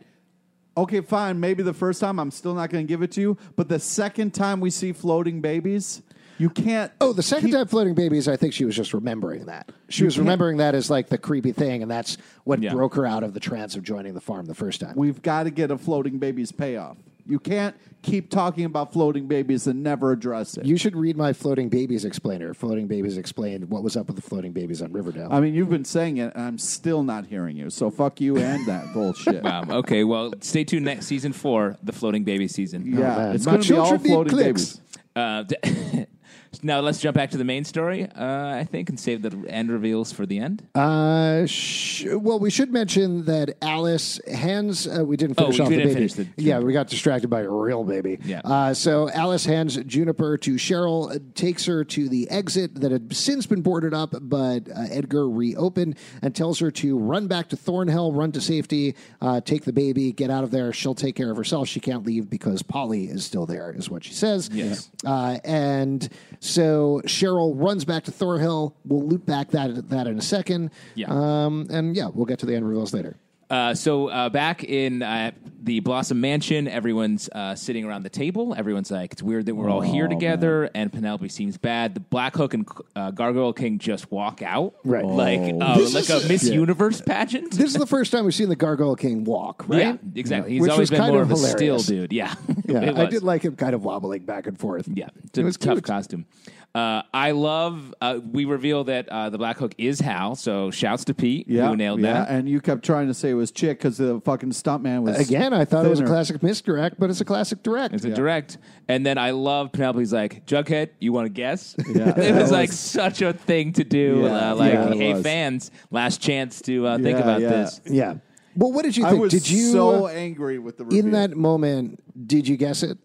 Speaker 5: okay, fine, maybe the first time I'm still not going to give it to you, but the second time we see floating babies, you can't.
Speaker 4: Oh, the second time floating babies, I think she was just remembering that. She was remembering that as like the creepy thing, and that's what
Speaker 2: Yeah.
Speaker 4: broke her out of the trance of joining the farm the first time.
Speaker 5: We've got to get a floating babies payoff. You can't keep talking about floating babies and never address it.
Speaker 4: You should read my floating babies explainer. Floating babies explained what was up with the floating babies on Riverdale.
Speaker 5: I mean, you've been saying it, and I'm still not hearing you. So fuck you and that bullshit.
Speaker 2: Um, okay, well, stay tuned next season four, the floating baby season.
Speaker 5: Yeah,
Speaker 4: Oh, man.
Speaker 5: it's
Speaker 4: My
Speaker 5: going to be all
Speaker 4: children need
Speaker 5: floating
Speaker 4: clicks.
Speaker 5: babies.
Speaker 2: Uh, d- now let's jump back to the main story, uh, I think, and save the end reveals for the end.
Speaker 4: Uh, sh- well, we should mention that Alice hands. Uh, we didn't
Speaker 2: Oh,
Speaker 4: finish
Speaker 2: we
Speaker 4: off
Speaker 2: didn't
Speaker 4: the baby.
Speaker 2: finish the-
Speaker 4: yeah, we got distracted by a real baby.
Speaker 2: Yeah.
Speaker 4: Uh, so Alice hands Juniper to Cheryl, uh, takes her to the exit that had since been boarded up, but uh, Edgar reopened and tells her to run back to Thornhill, run to safety, uh, take the baby, get out of there. She'll take care of herself. She can't leave because Polly is still there, is what she says.
Speaker 2: Yes.
Speaker 4: Uh, and so Cheryl runs back to Thorhill. We'll loop back that that in a second.
Speaker 2: Yeah.
Speaker 5: uh,
Speaker 4: Um, and yeah, we'll get to the end reveals later.
Speaker 2: Uh, so uh, back in uh, the Blossom Mansion, everyone's uh, sitting around the table. Everyone's like, "It's weird that we're all here together." And Penelope seems bad. The Black Hook and uh, Gargoyle King just walk out,
Speaker 4: Right.
Speaker 2: Like, uh,
Speaker 4: This
Speaker 2: like
Speaker 4: is-
Speaker 2: a Miss Universe pageant.
Speaker 4: This is the first time we've seen the Gargoyle King walk, right?
Speaker 2: Yeah, exactly. He's
Speaker 4: Which was
Speaker 2: always been
Speaker 4: kind
Speaker 2: more
Speaker 4: of
Speaker 2: of, a steel
Speaker 4: hilarious.
Speaker 2: dude. Yeah,
Speaker 4: Yeah,
Speaker 2: It
Speaker 4: I
Speaker 2: was.
Speaker 4: did like him kind of wobbling back and forth.
Speaker 2: Yeah, it's a
Speaker 4: was
Speaker 2: tough
Speaker 4: cute.
Speaker 2: costume. Uh, I love. Uh, we reveal that uh, the Black Hook is Hal. So shouts to Pete who nailed that.
Speaker 5: And you kept trying to say it was chick because the fucking stuntman was
Speaker 4: Again, I thought it was a
Speaker 5: thinner.
Speaker 4: classic misdirect, but it's a classic direct.
Speaker 2: It's a direct. And then I love Penelope's like, Jughead, you want to guess?
Speaker 5: Yeah.
Speaker 2: it was like such a thing to do.
Speaker 5: Yeah.
Speaker 2: uh, like,
Speaker 5: Yeah, it
Speaker 2: hey,
Speaker 5: was.
Speaker 2: fans, last chance to uh, think
Speaker 5: Yeah,
Speaker 2: about
Speaker 5: yeah.
Speaker 2: this.
Speaker 4: yeah. Well, what did you
Speaker 5: I
Speaker 4: think?
Speaker 5: was
Speaker 4: did you uh,
Speaker 5: so angry with the reveal.
Speaker 4: in that moment? Did you guess it?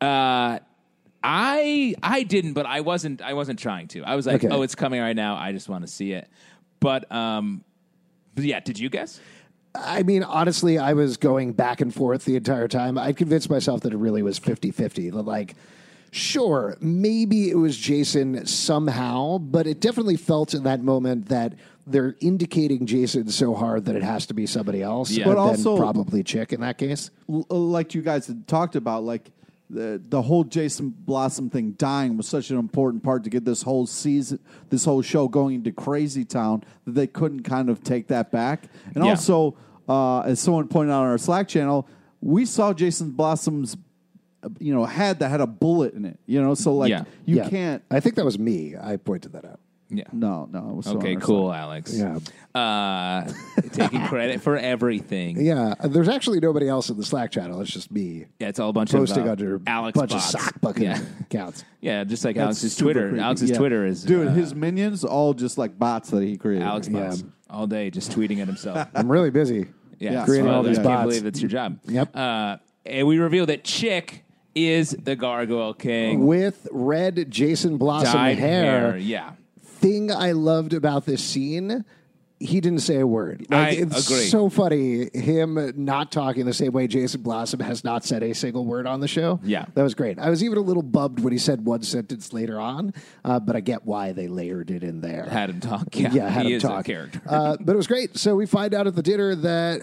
Speaker 2: Uh, I I didn't, but I wasn't I wasn't trying to. I was like,
Speaker 4: Okay.
Speaker 2: oh, it's coming right now. I just want to see it. But um, but yeah, did you guess?
Speaker 4: I mean, honestly, I was going back and forth the entire time. I'd convinced myself that it really was 50 50. Like, sure, maybe it was Jason somehow, but it definitely felt in that moment that they're indicating Jason so hard that it has to be somebody else.
Speaker 2: Yeah.
Speaker 4: But
Speaker 2: But
Speaker 4: also,
Speaker 5: also-
Speaker 4: probably Chick in that case.
Speaker 5: L- uh, like you guys had talked about, like the the whole Jason Blossom thing dying was such an important part to get this whole season, this whole show going into Crazy Town that they couldn't kind of take that back. And
Speaker 2: Yeah.
Speaker 5: also, uh, as someone pointed out on our Slack channel, we saw Jason Blossom's, uh, you know, head that had a bullet in it. You know, so like
Speaker 2: Yeah.
Speaker 5: you
Speaker 4: Yeah.
Speaker 5: can't.
Speaker 4: I think that was me. I pointed that out.
Speaker 2: Yeah.
Speaker 5: No, no. It was
Speaker 2: Okay, cool, Alex.
Speaker 4: Yeah.
Speaker 2: Uh, taking credit for everything.
Speaker 4: Yeah. There's actually nobody else in the Slack channel. It's just me
Speaker 2: Yeah, it's all a bunch
Speaker 4: posting
Speaker 2: of uh,
Speaker 4: under
Speaker 2: Alex
Speaker 4: bunch
Speaker 2: bots.
Speaker 4: of sock bucket
Speaker 2: Yeah.
Speaker 4: accounts.
Speaker 2: Yeah, just like Alex's Twitter. Alex's Twitter is
Speaker 5: dude.
Speaker 2: uh,
Speaker 5: his minions all just like bots that he created.
Speaker 2: Alex bots all day, just tweeting at himself.
Speaker 4: I'm really busy.
Speaker 2: Yeah,
Speaker 5: Yeah.
Speaker 2: it's
Speaker 5: Creating
Speaker 2: fun.
Speaker 5: all these
Speaker 2: I can't
Speaker 4: bots.
Speaker 2: believe that's your job.
Speaker 4: Yep.
Speaker 2: Uh, and we reveal that Chick is the Gargoyle King.
Speaker 4: With red Jason Blossom
Speaker 2: dyed
Speaker 4: hair.
Speaker 2: Yeah.
Speaker 4: thing I loved about this scene, he didn't say a word. Like,
Speaker 2: I
Speaker 4: it's
Speaker 2: agree.
Speaker 4: so funny him not talking the same way Jason Blossom has not said a single word on the show.
Speaker 2: Yeah.
Speaker 4: that was great. I was even a little bummed when he said one sentence later on, uh, but I get why they layered it in there.
Speaker 2: Had him talk. Yeah,
Speaker 4: yeah, had
Speaker 2: he
Speaker 4: him
Speaker 2: is
Speaker 4: talk.
Speaker 2: a character.
Speaker 4: uh, but it was great. So we find out at the dinner that.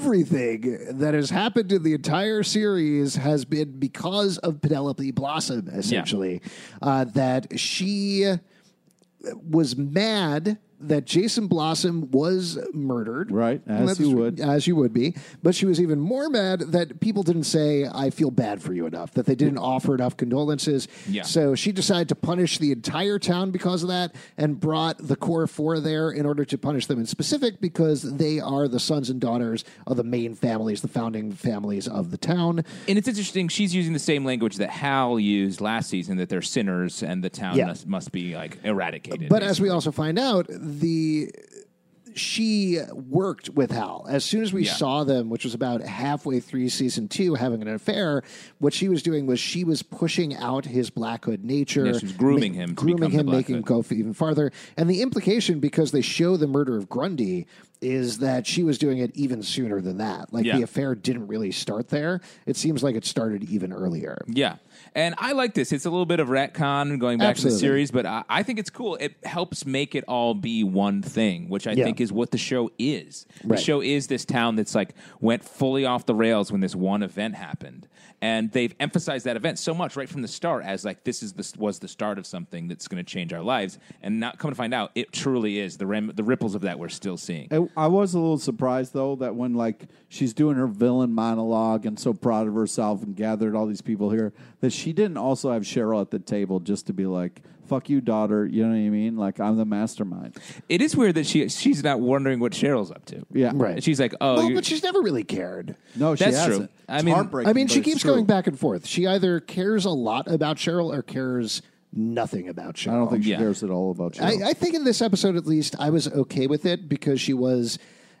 Speaker 4: Everything that has happened in the entire series has been because of Penelope Blossom, essentially. Uh, that she was mad that Jason Blossom was murdered.
Speaker 5: Right, as
Speaker 4: And that's-
Speaker 5: you would.
Speaker 4: As you would be. But she was even more mad that people didn't say, I feel bad for you enough, that they didn't offer enough condolences.
Speaker 2: Yeah.
Speaker 4: So she decided to punish the entire town because of that and brought the core four there in order to punish them in specific because they are the sons and daughters of the main families, the founding families of the town.
Speaker 2: and it's interesting. She's using the same language that Hal used last season. That they're sinners, and the town
Speaker 4: Yeah.
Speaker 2: must, must be like eradicated.
Speaker 4: But as we also find out, the she worked with Hal. As soon as we
Speaker 2: Yeah.
Speaker 4: saw them, which was about halfway through season two, having an affair, what she was doing was she was pushing out his Black Hood nature.
Speaker 2: Yeah, she was grooming him to
Speaker 4: grooming
Speaker 2: become the
Speaker 4: him,
Speaker 2: Black
Speaker 4: making him
Speaker 2: Hood.
Speaker 4: go f- even farther. And the implication, because they show the murder of Grundy, is that she was doing it even sooner than that. Like
Speaker 2: Yeah.
Speaker 4: the affair didn't really start there. It seems like it started even earlier.
Speaker 2: Yeah. And I like this. It's a little bit of retcon going back to the
Speaker 4: Absolutely.
Speaker 2: series, but I, I think it's cool. It helps make it all be one thing, which I
Speaker 4: Yeah.
Speaker 2: think is what the show is.
Speaker 4: Right.
Speaker 2: The show is this town that's like went fully off the rails when this one event happened. And they've emphasized that event so much right from the start as like this is this was the start of something that's going to change our lives. And not come to find out, it truly is. The rem, the ripples of that we're still seeing.
Speaker 4: Uh,
Speaker 5: I I was a little surprised though that when like she's doing her villain monologue and so proud of herself and gathered all these people here that she didn't also have Cheryl at the table just to be like fuck you daughter you know what I mean like I'm the mastermind
Speaker 2: It is weird that she she's not wondering what Cheryl's up to.
Speaker 5: yeah
Speaker 4: Right.
Speaker 2: She's like, "Oh,
Speaker 4: well,
Speaker 2: you're-
Speaker 4: but she's never really cared.
Speaker 5: no she
Speaker 2: That's true.
Speaker 5: hasn't.
Speaker 2: I
Speaker 5: It's
Speaker 2: mean-
Speaker 5: heartbreaking,
Speaker 4: I mean,
Speaker 5: but
Speaker 4: she
Speaker 5: it's
Speaker 4: keeps
Speaker 5: true.
Speaker 4: going back and forth. She either cares a lot about Cheryl or cares nothing about Cheryl.
Speaker 5: I don't think she
Speaker 2: Yeah.
Speaker 5: cares at all about Cheryl
Speaker 4: I, I think in this episode, at least, I was okay with it because she was,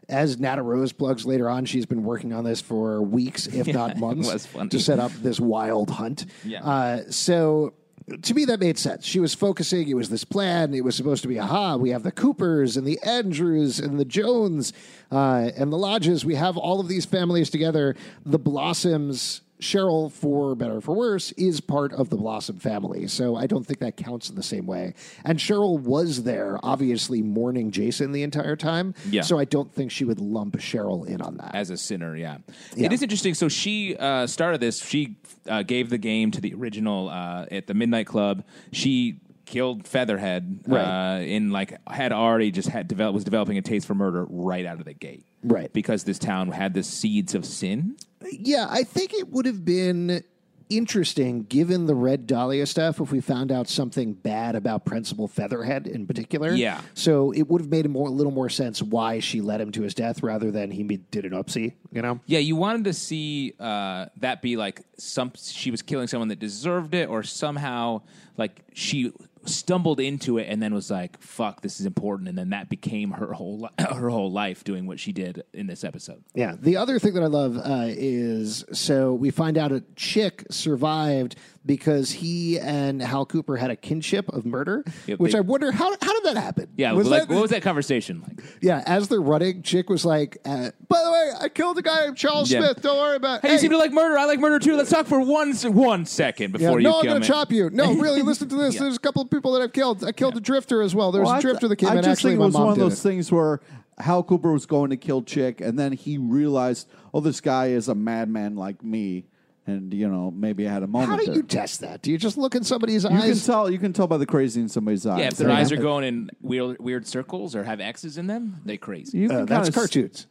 Speaker 4: as Nata Rose plugs later on, she's been working on this for weeks, if not
Speaker 2: was
Speaker 4: months,
Speaker 2: funny.
Speaker 4: to set up this wild hunt.
Speaker 2: Yeah.
Speaker 4: Uh, so to me, that made sense. She was focusing. It was this plan. It was supposed to be, aha, we have the Coopers and the Andrews and the Jones uh, and the Lodges. We have all of these families together. The Blossoms. Cheryl, for better or for worse, is part of the Blossom family. So I don't think that counts in the same way. And Cheryl was there, obviously mourning Jason the entire time.
Speaker 2: Yeah.
Speaker 4: So I don't think she would lump Cheryl in on that.
Speaker 2: as a sinner. Yeah,
Speaker 4: Yeah.
Speaker 2: it is interesting. So she uh, started this. She uh, gave the game to the original uh, at the Midnight Club. She killed Featherhead
Speaker 4: Right.
Speaker 2: uh, in like had already just had developed was developing a taste for murder right out of the gate.
Speaker 4: Right.
Speaker 2: because this town had the seeds of sin.
Speaker 4: Yeah, I think it would have been interesting given the Red Dahlia stuff if we found out something bad about Principal Featherhead in particular.
Speaker 2: Yeah.
Speaker 4: So it would have made more, a little more sense why she led him to his death rather than he be- did an upsie, you know?
Speaker 2: Yeah, you wanted to see uh, that be like some she was killing someone that deserved it, or somehow like she stumbled into it and then was like, "Fuck, this is important," and then that became her whole li- her whole life doing what she did in this episode.
Speaker 4: Yeah. The other thing that I love uh, is so we find out a chick survived because he and Hal Cooper had a kinship of murder,
Speaker 2: Yep,
Speaker 4: which
Speaker 2: they-
Speaker 4: I wonder how, how did that happen?
Speaker 2: Yeah,
Speaker 4: Was
Speaker 2: like
Speaker 4: that-
Speaker 2: what was that conversation like?
Speaker 4: Yeah, as they're running, Chick was like, uh, "By the way, I killed a guy named Charles
Speaker 2: Yeah.
Speaker 4: Smith. Don't worry about.
Speaker 2: Hey, you seem to like murder. I like murder too. Let's talk for one se- one second
Speaker 4: Yeah,
Speaker 2: before you
Speaker 4: no, I'm
Speaker 2: kill
Speaker 4: going
Speaker 2: me.
Speaker 4: to chop you. No, really, listen to this.
Speaker 2: Yeah.
Speaker 4: There's a couple of people that I've killed. I killed a drifter as well. There was
Speaker 5: Well,
Speaker 4: a
Speaker 5: I th-
Speaker 4: drifter that came in.
Speaker 5: I just
Speaker 4: Actually,
Speaker 5: think it
Speaker 4: my
Speaker 5: was
Speaker 4: mom
Speaker 5: one of
Speaker 4: did
Speaker 5: those
Speaker 4: it.
Speaker 5: things where Hal Cooper was going to kill Chick, and then he realized, oh, this guy is a madman like me, and you know maybe I had a moment.
Speaker 4: How do
Speaker 5: there.
Speaker 4: you test that? Do you just look in somebody's
Speaker 5: You can
Speaker 4: eyes?
Speaker 5: tell. You can tell by the crazy in somebody's eyes.
Speaker 2: Yeah, if their
Speaker 5: You
Speaker 2: eyes are
Speaker 5: know?
Speaker 2: going in weird weird circles or have X's in them, they crazy.
Speaker 5: You
Speaker 4: Uh,
Speaker 5: can
Speaker 4: that's
Speaker 5: kinda s-
Speaker 4: cartoons.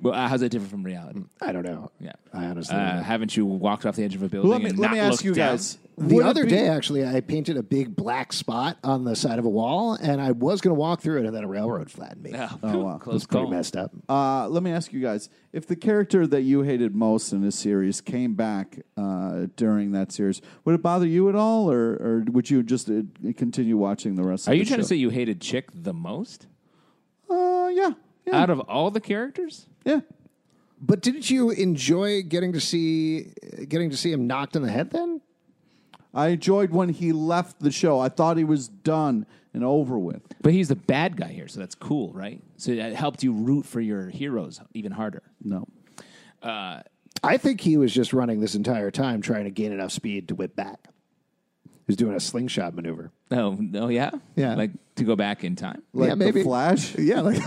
Speaker 2: Well, uh, how's that different from reality?
Speaker 4: I don't know.
Speaker 2: Yeah,
Speaker 4: I honestly. don't
Speaker 2: Uh,
Speaker 4: know.
Speaker 2: haven't you walked off the edge of a building?
Speaker 5: Let me
Speaker 2: and
Speaker 5: let
Speaker 2: not
Speaker 5: me ask
Speaker 2: looked
Speaker 5: you
Speaker 2: down?
Speaker 5: guys.
Speaker 4: The
Speaker 5: would it
Speaker 4: other
Speaker 5: be-
Speaker 4: day, actually, I painted a big black spot on the side of a wall, and I was going to walk through it, and then a railroad flattened me.
Speaker 2: Oh,
Speaker 5: wow.
Speaker 2: close
Speaker 4: Pretty
Speaker 2: call.
Speaker 4: messed up.
Speaker 5: Uh, let me ask you guys: If the character that you hated most in a series came back uh, during that series, would it bother you at all, or, or would you just uh, continue watching the rest?
Speaker 2: Are
Speaker 5: of
Speaker 2: you
Speaker 5: the
Speaker 2: trying to
Speaker 5: show?
Speaker 2: say you hated Chick the most
Speaker 5: Uh, yeah, yeah,
Speaker 2: out of all the characters?
Speaker 5: yeah.
Speaker 4: But didn't you enjoy getting to see getting to see him knocked in the head? Then
Speaker 5: I enjoyed when he left the show. I thought he was done and over with.
Speaker 2: But he's the bad guy here, so that's cool, right? So that helped you root for your heroes even harder.
Speaker 5: No,
Speaker 4: I think he was just running this entire time trying to gain enough speed to whip back. He was doing a slingshot maneuver.
Speaker 2: Oh, no, yeah,
Speaker 4: Yeah.
Speaker 2: like to go back in time.
Speaker 5: like
Speaker 4: yeah, maybe.
Speaker 5: the Flash. Do
Speaker 4: Yeah, like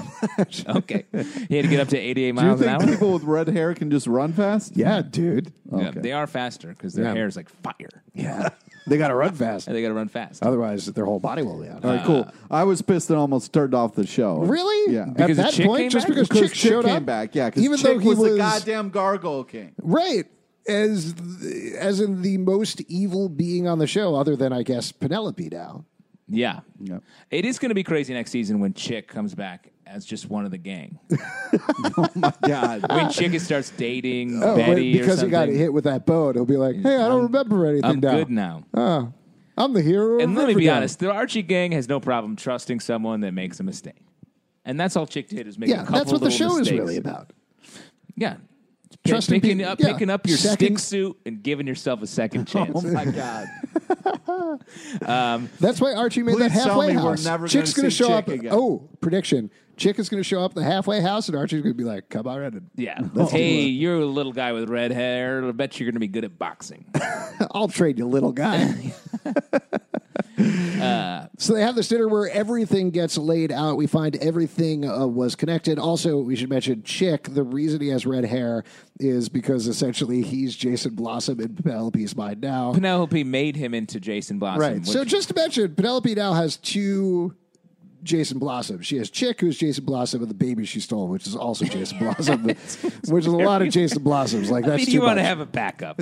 Speaker 2: Okay, he had to get up to eighty-eight
Speaker 5: you
Speaker 2: miles an
Speaker 5: think
Speaker 2: hour.
Speaker 5: people with red hair can just run fast?
Speaker 4: yeah, dude.
Speaker 2: Yeah, they are faster because their
Speaker 4: Yeah.
Speaker 2: hair is like fire,
Speaker 4: Yeah, they got to run fast.
Speaker 2: and they got to run fast.
Speaker 4: Otherwise, their whole body will be on.
Speaker 5: All right, cool. I was pissed and almost turned off the show.
Speaker 4: Really?
Speaker 5: Yeah.
Speaker 4: At
Speaker 2: Because the
Speaker 4: that
Speaker 2: chick came
Speaker 4: point, just
Speaker 2: back?
Speaker 4: because,
Speaker 5: Because
Speaker 4: Chick, showed
Speaker 5: came
Speaker 4: up,
Speaker 5: back, yeah. Because
Speaker 4: even
Speaker 5: Chick
Speaker 4: though he
Speaker 5: was,
Speaker 4: was,
Speaker 5: the goddamn Gargoyle King.
Speaker 4: Right. As th- as in the most evil being on the show, other than I guess Penelope now.
Speaker 2: Yeah,
Speaker 5: Yeah.
Speaker 2: it is going to be crazy next season when Chick comes back as just one of the gang.
Speaker 5: God,
Speaker 2: when Chick starts dating
Speaker 4: Oh,
Speaker 2: Betty
Speaker 4: wait, because
Speaker 2: or
Speaker 4: he got
Speaker 2: something.
Speaker 4: hit with that boat, he'll be like, "Hey, I don't remember anything
Speaker 2: I'm
Speaker 4: now.
Speaker 2: good now.
Speaker 4: I'm the hero."
Speaker 2: And
Speaker 4: of
Speaker 2: let me be
Speaker 4: Riverdale."
Speaker 2: honest, the Archie gang has no problem trusting someone that makes a mistake. And that's all Chick did is make a
Speaker 4: Yeah,
Speaker 2: couple
Speaker 4: that's what the
Speaker 2: little
Speaker 4: show is
Speaker 2: mistakes.
Speaker 4: really about.
Speaker 2: Yeah. Pick-
Speaker 4: Trusting
Speaker 2: picking
Speaker 4: people-
Speaker 2: up
Speaker 4: yeah.
Speaker 2: picking up your
Speaker 4: Second- Oh,
Speaker 2: stick suit and giving yourself a second chance.
Speaker 5: my God.
Speaker 4: That's why Archie made that
Speaker 5: Please tell
Speaker 4: halfway
Speaker 5: me we're
Speaker 4: house.
Speaker 5: never
Speaker 4: Chick's
Speaker 5: gonna
Speaker 4: gonna
Speaker 5: see
Speaker 4: show
Speaker 5: Chick
Speaker 4: up.
Speaker 5: again.
Speaker 4: Oh, prediction: Chick is going to show up at the halfway house, and Archie's going to be like, "Come on in, and
Speaker 2: Yeah. hey, you're a little guy with red hair. I bet you're going to be good at boxing.
Speaker 4: I'll trade you, little guy."
Speaker 5: Uh,
Speaker 4: So they have this dinner where everything gets laid out. We find everything uh, was connected. Also, we should mention Chick. The reason he has red hair is because essentially he's Jason Blossom in Penelope's mind now.
Speaker 2: Penelope made him into Jason Blossom.
Speaker 4: Right.
Speaker 2: which-
Speaker 4: so just to mention, Penelope now has two Jason Blossom. She has Chick, who's Jason Blossom, and the baby she stole, which is also Jason Blossom, which is a lot of Jason Blossoms. Like
Speaker 2: I
Speaker 4: that's
Speaker 2: mean,
Speaker 4: too
Speaker 2: you want
Speaker 4: much.
Speaker 2: to have a backup.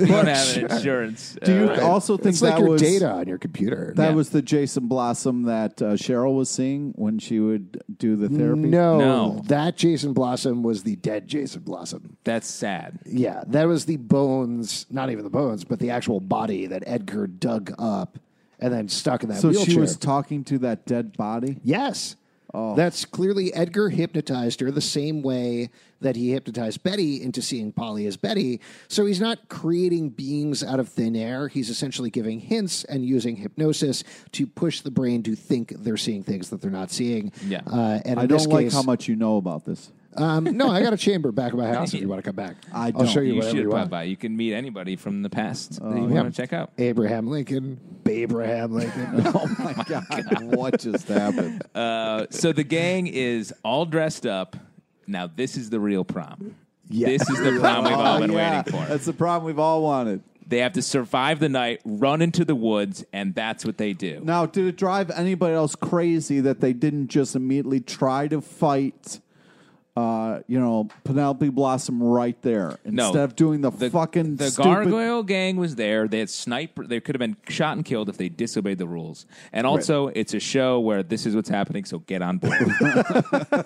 Speaker 2: You want to have an insurance.
Speaker 5: Do you
Speaker 2: uh,
Speaker 5: also think
Speaker 4: it's
Speaker 5: that
Speaker 4: like your
Speaker 5: was
Speaker 4: data on your computer.
Speaker 5: that was the Jason Blossom that uh, Cheryl was seeing when she would do the therapy?
Speaker 4: no,
Speaker 2: No.
Speaker 4: that Jason Blossom was the dead Jason Blossom.
Speaker 2: that's sad.
Speaker 4: Yeah, that was the bones, not even the bones, but the actual body that Edgar dug up and then stuck in that
Speaker 5: So
Speaker 4: wheelchair.
Speaker 5: she was talking to that dead body.
Speaker 4: yes.
Speaker 5: Oh.
Speaker 4: That's clearly Edgar hypnotized her the same way that he hypnotized Betty into seeing Polly as Betty. So he's not creating beings out of thin air. He's essentially giving hints and using hypnosis to push the brain to think they're seeing things that they're not seeing.
Speaker 2: Yeah.
Speaker 4: Uh, and
Speaker 5: I
Speaker 4: in
Speaker 5: don't
Speaker 4: this
Speaker 5: like
Speaker 4: case-
Speaker 5: how much you know about this.
Speaker 4: Um, no, I got a chamber back of my house. If you want to come back,
Speaker 5: I
Speaker 4: will
Speaker 5: don't.
Speaker 4: show you,
Speaker 2: You
Speaker 4: whatever
Speaker 2: should
Speaker 4: you
Speaker 2: pop
Speaker 4: want. Oh,
Speaker 2: by. You can meet anybody from the past that you want to check out.
Speaker 4: Abraham Lincoln, Abraham Lincoln.
Speaker 5: Oh my god! What just happened?
Speaker 2: Uh, so the gang is all dressed up. Now this is the real prom. This is the prom we've all
Speaker 5: Oh,
Speaker 2: been
Speaker 5: yeah.
Speaker 2: waiting for.
Speaker 5: That's the problem we've all wanted.
Speaker 2: They have to survive the night, run into the woods, and that's what they do.
Speaker 5: Now, did it drive anybody else crazy that they didn't just immediately try to fight? Uh, you know, Penelope Blossom right there
Speaker 2: No.
Speaker 5: instead of doing the, fucking
Speaker 2: the
Speaker 5: stupid-
Speaker 2: gargoyle gang was there. They had sniper. They could have been shot and killed if they disobeyed the rules. And also, it's a show where this is what's happening. So get on board.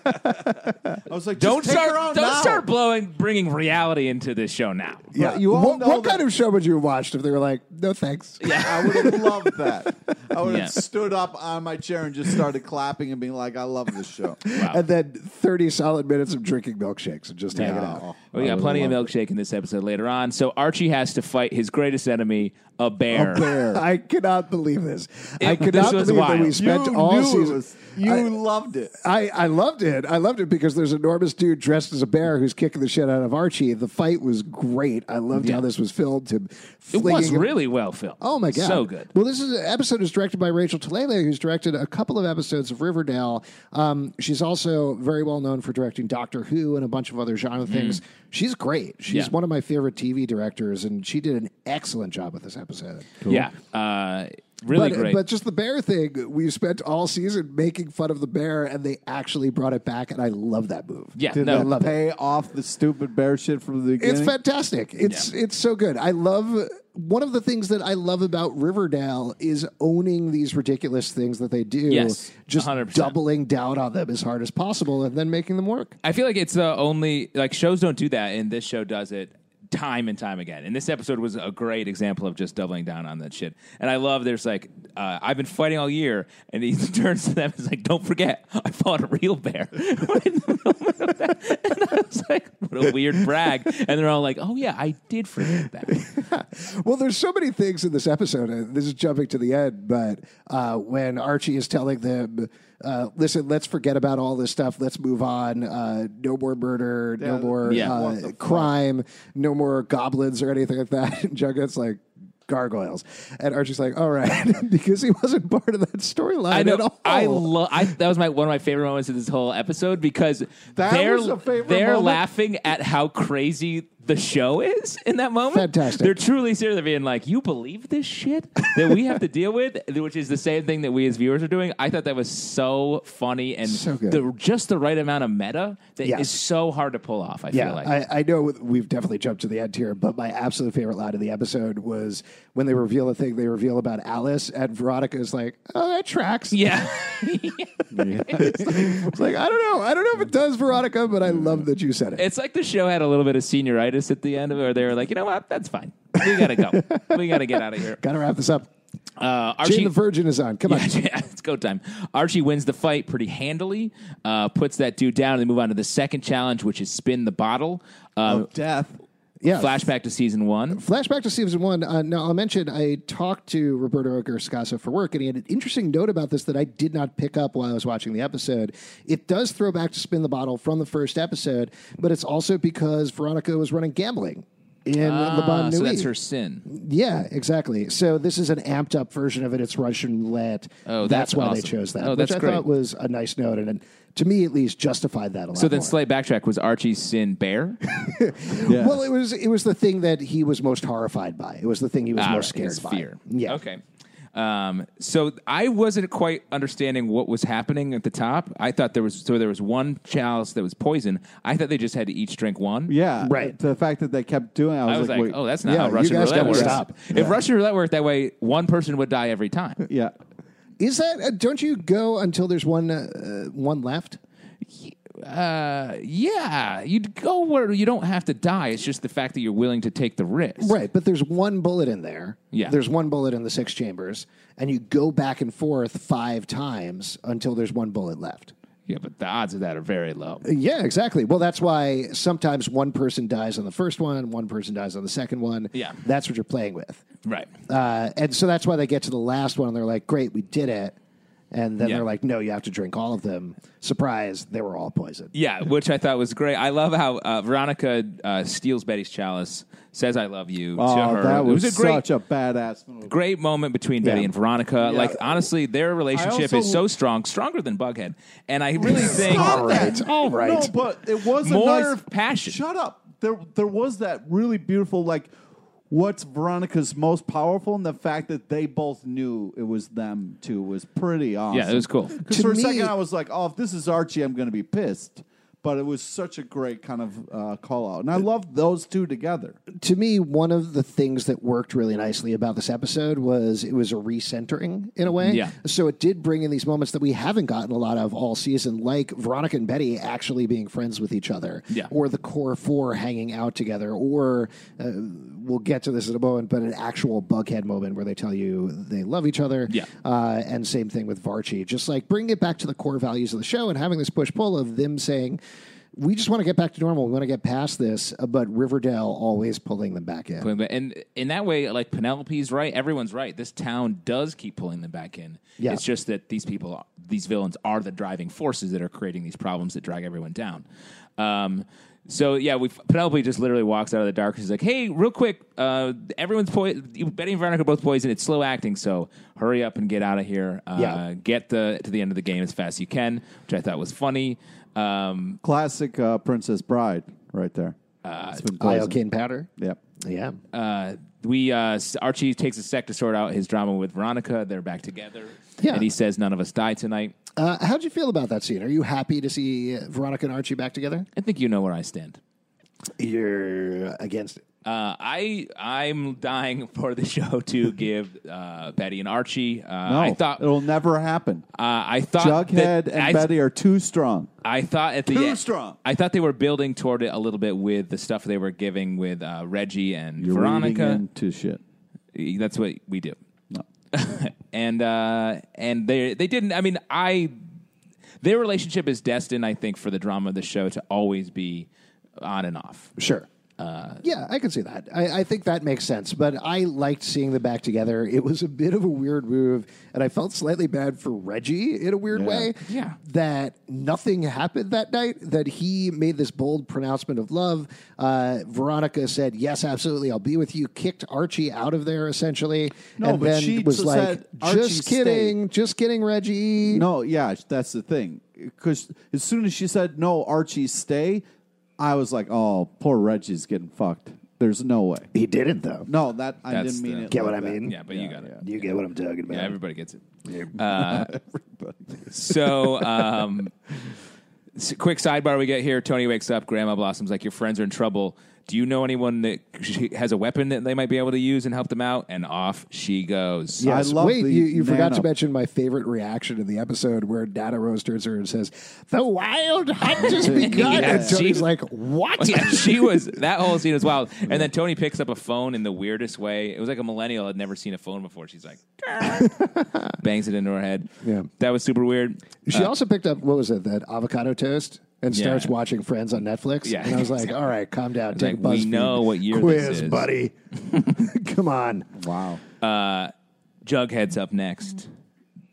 Speaker 5: I was like,
Speaker 2: don't
Speaker 5: just take her
Speaker 2: start.
Speaker 5: out
Speaker 2: Don't
Speaker 5: now.
Speaker 2: start blowing, bringing reality into this show now.
Speaker 5: Yeah, you all
Speaker 4: what,
Speaker 5: know
Speaker 4: what
Speaker 5: that-
Speaker 4: kind of show would you have watched if they were like, no thanks?
Speaker 5: I would have loved that. I would have
Speaker 2: Yeah.
Speaker 5: stood up on my chair and just started clapping and being like, "I love this show."
Speaker 4: And then 30 solid minutes of drinking milkshakes and just hanging out.
Speaker 2: We got plenty of milkshake in this episode later on. So Archie has to fight his greatest enemy, a bear.
Speaker 4: I cannot believe this. I
Speaker 2: It-
Speaker 4: cannot
Speaker 2: this was
Speaker 4: believe that we
Speaker 2: wild.
Speaker 4: spent
Speaker 5: You
Speaker 4: all
Speaker 5: knew it
Speaker 4: season.
Speaker 5: was- you loved it.
Speaker 4: I, I loved it. I loved it because there's an enormous dude dressed as a bear who's kicking the shit out of Archie. The fight was great. I loved how this was filmed. Him
Speaker 2: It was
Speaker 4: flinging him-
Speaker 2: really well filmed.
Speaker 4: Oh my god,
Speaker 2: so good.
Speaker 4: Well, this is episode is directed by Rachel Talele, who's directed a couple of episodes of Riverdale. Um, she's also very well known for directing Doctor Who and a bunch of other genre things. She's great. She's
Speaker 2: Mm. Yeah.
Speaker 4: one of my favorite TV directors, and she did an excellent job with this episode.
Speaker 2: Yeah, uh, really
Speaker 4: but,
Speaker 2: great.
Speaker 4: but just the bear thing, we spent all season making fun of the bear, and they actually brought it back, and I love that move.
Speaker 2: yeah,
Speaker 5: Did
Speaker 2: no,
Speaker 5: they pay off the stupid bear shit from the beginning?
Speaker 4: It's fantastic. It's it's so good. I love one of the things that I love about Riverdale is owning these ridiculous things that they do.
Speaker 2: Yes,
Speaker 4: just
Speaker 2: 100%.
Speaker 4: doubling down on them as hard as possible and then making them work.
Speaker 2: I feel like it's the only like shows don't do that, and this show does it time and time again. And this episode was a great example of just doubling down on that shit. And I love there's like uh, I've been fighting all year, and he turns to them and is like, "Don't forget, I fought a real bear." and I was like, "What a weird brag!" And they're all like, "Oh yeah, I did forget that."
Speaker 4: Well, there's so many things in this episode. Uh, this is jumping to the end, but uh, when Archie is telling them, uh, "Listen, let's forget about all this stuff. Let's move on. Uh, no more murder. no
Speaker 5: Yeah,
Speaker 4: more
Speaker 2: yeah.
Speaker 4: uh,
Speaker 5: What the fuck?
Speaker 4: crime. No more goblins or anything like that." And Jughead's like. Gargoyles, and Archie's like, "All right," because he wasn't part of that
Speaker 2: I
Speaker 4: storyline at
Speaker 2: know.
Speaker 4: all.
Speaker 2: I love. I that was my one of my favorite moments of this whole episode because
Speaker 5: That
Speaker 2: they're
Speaker 5: was a favorite
Speaker 2: they're
Speaker 5: moment?
Speaker 2: laughing at how crazy the show is in that moment.
Speaker 4: Fantastic.
Speaker 2: They're truly serious. They're being like, "You believe this shit that we have to deal with," which is the same thing that we as viewers are doing. I thought that was so funny and
Speaker 4: So good.
Speaker 2: the, just the right amount of meta that is
Speaker 4: Yes.
Speaker 2: so hard to pull off. I feel like.
Speaker 4: I, I know we've definitely jumped to the end here, but my absolute favorite line of the episode was when they reveal a thing they reveal about Alice, and Veronica is like, "Oh, that tracks."
Speaker 2: yeah,
Speaker 4: It's like I don't know, I don't know if it does, Veronica, but I love that you said it.
Speaker 2: it's like the show had a little bit of senioritis at the end of it, where they were like, "You know what? That's fine. We gotta go. we gotta get out of here."
Speaker 4: Got to wrap this up.
Speaker 2: Uh,
Speaker 4: Jane
Speaker 2: Archie,
Speaker 4: the Virgin is on. Come on.
Speaker 2: Yeah, it's go time. Archie wins the fight pretty handily,
Speaker 4: Oh,
Speaker 2: uh, puts that dude down, and they move on to the second challenge, which is spin the bottle. Um,
Speaker 5: of death.
Speaker 4: Yeah.
Speaker 2: Flashback to season one.
Speaker 4: Flashback to season one. Uh, now, I'll mention I talked to Roberto Garciaso for work, and he had an interesting note about this that I did not pick up while I was watching the episode. It does throw back to Spin the Bottle from the first episode, but it's also because Veronica was running gambling in Le
Speaker 2: Ah,
Speaker 4: Bon
Speaker 2: so
Speaker 4: Nuit.
Speaker 2: that's her sin.
Speaker 4: Yeah, exactly. So this is an amped up version of it. It's Russian roulette.
Speaker 2: Oh,
Speaker 4: that's,
Speaker 2: that's
Speaker 4: why they
Speaker 2: awesome.
Speaker 4: chose that,
Speaker 2: Oh,
Speaker 4: which
Speaker 2: that's
Speaker 4: I
Speaker 2: great.
Speaker 4: thought was a nice note, and, and to me at least justified that a lot.
Speaker 2: So then,
Speaker 4: more.
Speaker 2: slight backtrack was Archie's sin bear.
Speaker 5: Yeah.
Speaker 4: Well, it was it was the thing that he was most horrified by. It was the thing he was
Speaker 2: Ah,
Speaker 4: most
Speaker 2: right,
Speaker 4: scared
Speaker 2: his
Speaker 4: by.
Speaker 2: fear.
Speaker 4: Yeah.
Speaker 2: Okay. Um, so I wasn't quite understanding what was happening at the top. I thought there was so there was one chalice that was poison. I thought they just had to each drink one.
Speaker 5: yeah,
Speaker 4: Right.
Speaker 5: The fact that they kept doing, it, I was,
Speaker 2: I was like,
Speaker 5: wait,
Speaker 2: oh, that's not
Speaker 4: yeah,
Speaker 2: how
Speaker 4: you
Speaker 2: Russian
Speaker 4: guys
Speaker 2: roulette
Speaker 4: gotta
Speaker 2: works.
Speaker 4: stop.
Speaker 2: If Russian roulette worked that way, one person would die every time.
Speaker 5: yeah.
Speaker 4: Is that uh, don't you go until there's one uh, one left?
Speaker 2: Uh, yeah, you'd go where you don't have to die. It's just the fact that you're willing to take the risk.
Speaker 4: Right, but there's one bullet in there.
Speaker 2: Yeah.
Speaker 4: There's one bullet in the six chambers and you go back and forth 5 times until there's one bullet left.
Speaker 2: Yeah, but the odds of that are very low.
Speaker 4: Yeah, exactly. Well, that's why sometimes one person dies on the first one, one person dies on the second one.
Speaker 2: Yeah.
Speaker 4: That's what you're playing with.
Speaker 2: Right.
Speaker 4: Uh, and so that's why they get to the last one and they're like, great, we did it. And then
Speaker 2: Yeah.
Speaker 4: they're like, no, you have to drink all of them. Surprise, they were all poisoned.
Speaker 2: Yeah, which I thought was great. I love how uh, Veronica uh, steals Betty's chalice, says "I love you" to
Speaker 5: Oh,
Speaker 2: her.
Speaker 5: that was,
Speaker 2: it was a great,
Speaker 5: such a badass move.
Speaker 2: great moment between Betty
Speaker 4: Yeah.
Speaker 2: and Veronica. Like honestly, their relationship
Speaker 5: also-
Speaker 2: is so strong, stronger than Bughead. And I really think Oh,
Speaker 4: All right, all
Speaker 5: No,
Speaker 4: right.
Speaker 5: but it was
Speaker 2: More
Speaker 5: a nice,
Speaker 2: passion.
Speaker 5: Shut up. There, there was that really beautiful like. What's Veronica's most powerful, and the fact that they both knew it was them too was pretty awesome.
Speaker 2: Yeah, it was cool.
Speaker 5: Because
Speaker 4: To
Speaker 5: for
Speaker 4: me-
Speaker 5: a second, I was like, "Oh, if this is Archie, I'm going to be pissed." But it was such a great kind of uh, call out, and I love those two together.
Speaker 4: to me, one of the things that worked really nicely about this episode was it was a recentering in a way.
Speaker 2: Yeah.
Speaker 4: So it did bring in these moments that we haven't gotten a lot of all season, like Veronica and Betty actually being friends with each other,
Speaker 2: Yeah.
Speaker 4: or the core four hanging out together, or uh, we'll get to this in a moment, but an actual Bughead moment where they tell you they love each other.
Speaker 2: Yeah.
Speaker 4: Uh, and same thing with Varchi. Just like bringing it back to the core values of the show and having this push pull of them saying, we just want to get back to normal. We want to get past this, uh, but Riverdale always pulling them back in.
Speaker 2: And in that way, like Penelope's right, everyone's right. This town does keep pulling them back in.
Speaker 4: Yeah.
Speaker 2: It's just that these people, these villains, are the driving forces that are creating these problems that drag everyone down. Um, so yeah, we Penelope just literally walks out of the dark. She's like, "Hey, real quick, uh, everyone's poison. Betty and Veronica are both poisoned. It's slow acting, so hurry up and get out of here. Uh,
Speaker 4: Yeah.
Speaker 2: Get the to the end of the game as fast as you can," which I thought was funny. Um,
Speaker 5: Classic uh, Princess Bride, right there. Uh, it's been poisoned.
Speaker 4: Iocane powder.
Speaker 5: Yep.
Speaker 4: Yeah.
Speaker 2: uh, we uh, Archie takes a sec to sort out his drama with Veronica. They're back together,
Speaker 4: Yeah.
Speaker 2: and he says, "None of us die tonight."
Speaker 4: Uh, how'd you feel about that scene? Are you happy to see uh, Veronica and Archie back together?
Speaker 2: I think you know where I stand.
Speaker 4: You're against it.
Speaker 2: Uh, I I'm dying for the show to give uh, Betty and Archie. Uh,
Speaker 5: No,
Speaker 2: I thought uh,
Speaker 5: it'll never happen.
Speaker 2: I thought
Speaker 5: Jughead
Speaker 2: that-
Speaker 5: and
Speaker 2: I,
Speaker 5: Betty are too strong.
Speaker 2: I thought at the
Speaker 5: Too
Speaker 2: end,
Speaker 5: strong.
Speaker 2: I thought they were building toward it a little bit with the stuff they were giving with uh, Reggie and
Speaker 5: You're
Speaker 2: Veronica.
Speaker 5: reading into shit.
Speaker 2: That's what we do. and uh, and they they didn't. I mean, I their relationship is destined, I think, for the drama of the show to always be on and off.
Speaker 4: Sure.
Speaker 5: Uh,
Speaker 4: yeah, I can see that. I, I think that makes sense. But I liked seeing them back together. It was a bit of a weird move, and I felt slightly bad for Reggie in a weird way.
Speaker 2: Yeah.
Speaker 4: That nothing happened that night, that he made this bold pronouncement of love. Uh, Veronica said, Yes, absolutely, I'll be with you, kicked Archie out of there essentially.
Speaker 5: No,
Speaker 4: and
Speaker 5: but
Speaker 4: then
Speaker 5: she
Speaker 4: was
Speaker 5: just
Speaker 4: like,
Speaker 5: said, "Archie,
Speaker 4: Just kidding, just kidding, Reggie.
Speaker 5: No, yeah, that's the thing. Because as soon as she said no, Archie stay, I was like, oh, poor Reggie's getting fucked. There's no way.
Speaker 4: He didn't, though.
Speaker 5: No, that I
Speaker 2: That's
Speaker 5: didn't mean
Speaker 2: the-
Speaker 5: it.
Speaker 4: Get
Speaker 5: like
Speaker 4: what I
Speaker 5: that.
Speaker 4: mean?
Speaker 2: Yeah, but you got it.
Speaker 4: You get what I'm talking about.
Speaker 2: Yeah, everybody gets it. Uh, so, um, s- quick sidebar we get here. Tony wakes up. Grandma Blossom's like, Your friends are in trouble. Do you know anyone that she has a weapon that they might be able to use and help them out? And off she goes.
Speaker 5: Yeah. I love
Speaker 4: Wait,
Speaker 5: the
Speaker 4: you, you forgot
Speaker 5: nano-
Speaker 4: to mention my favorite reaction in the episode where Data Rose turns to her and says, The wild hunt has begun.
Speaker 2: Yeah,
Speaker 4: and Tony's
Speaker 2: she-
Speaker 4: like, What?
Speaker 2: she was that whole scene was wild. And then Tony picks up a phone in the weirdest way. It was like a millennial had never seen a phone before. She's like, bangs it into her head.
Speaker 4: Yeah.
Speaker 2: that was super weird.
Speaker 4: she also picked up, what was it, that avocado toast? and
Speaker 2: Yeah.
Speaker 4: starts watching Friends on Netflix.
Speaker 2: Yeah,
Speaker 4: and I was like, all right, calm down, take
Speaker 2: like,
Speaker 4: a BuzzFeed.
Speaker 2: we know what year
Speaker 4: quiz,
Speaker 2: this is.
Speaker 4: buddy. Come on.
Speaker 5: Wow.
Speaker 2: Jughead's up next.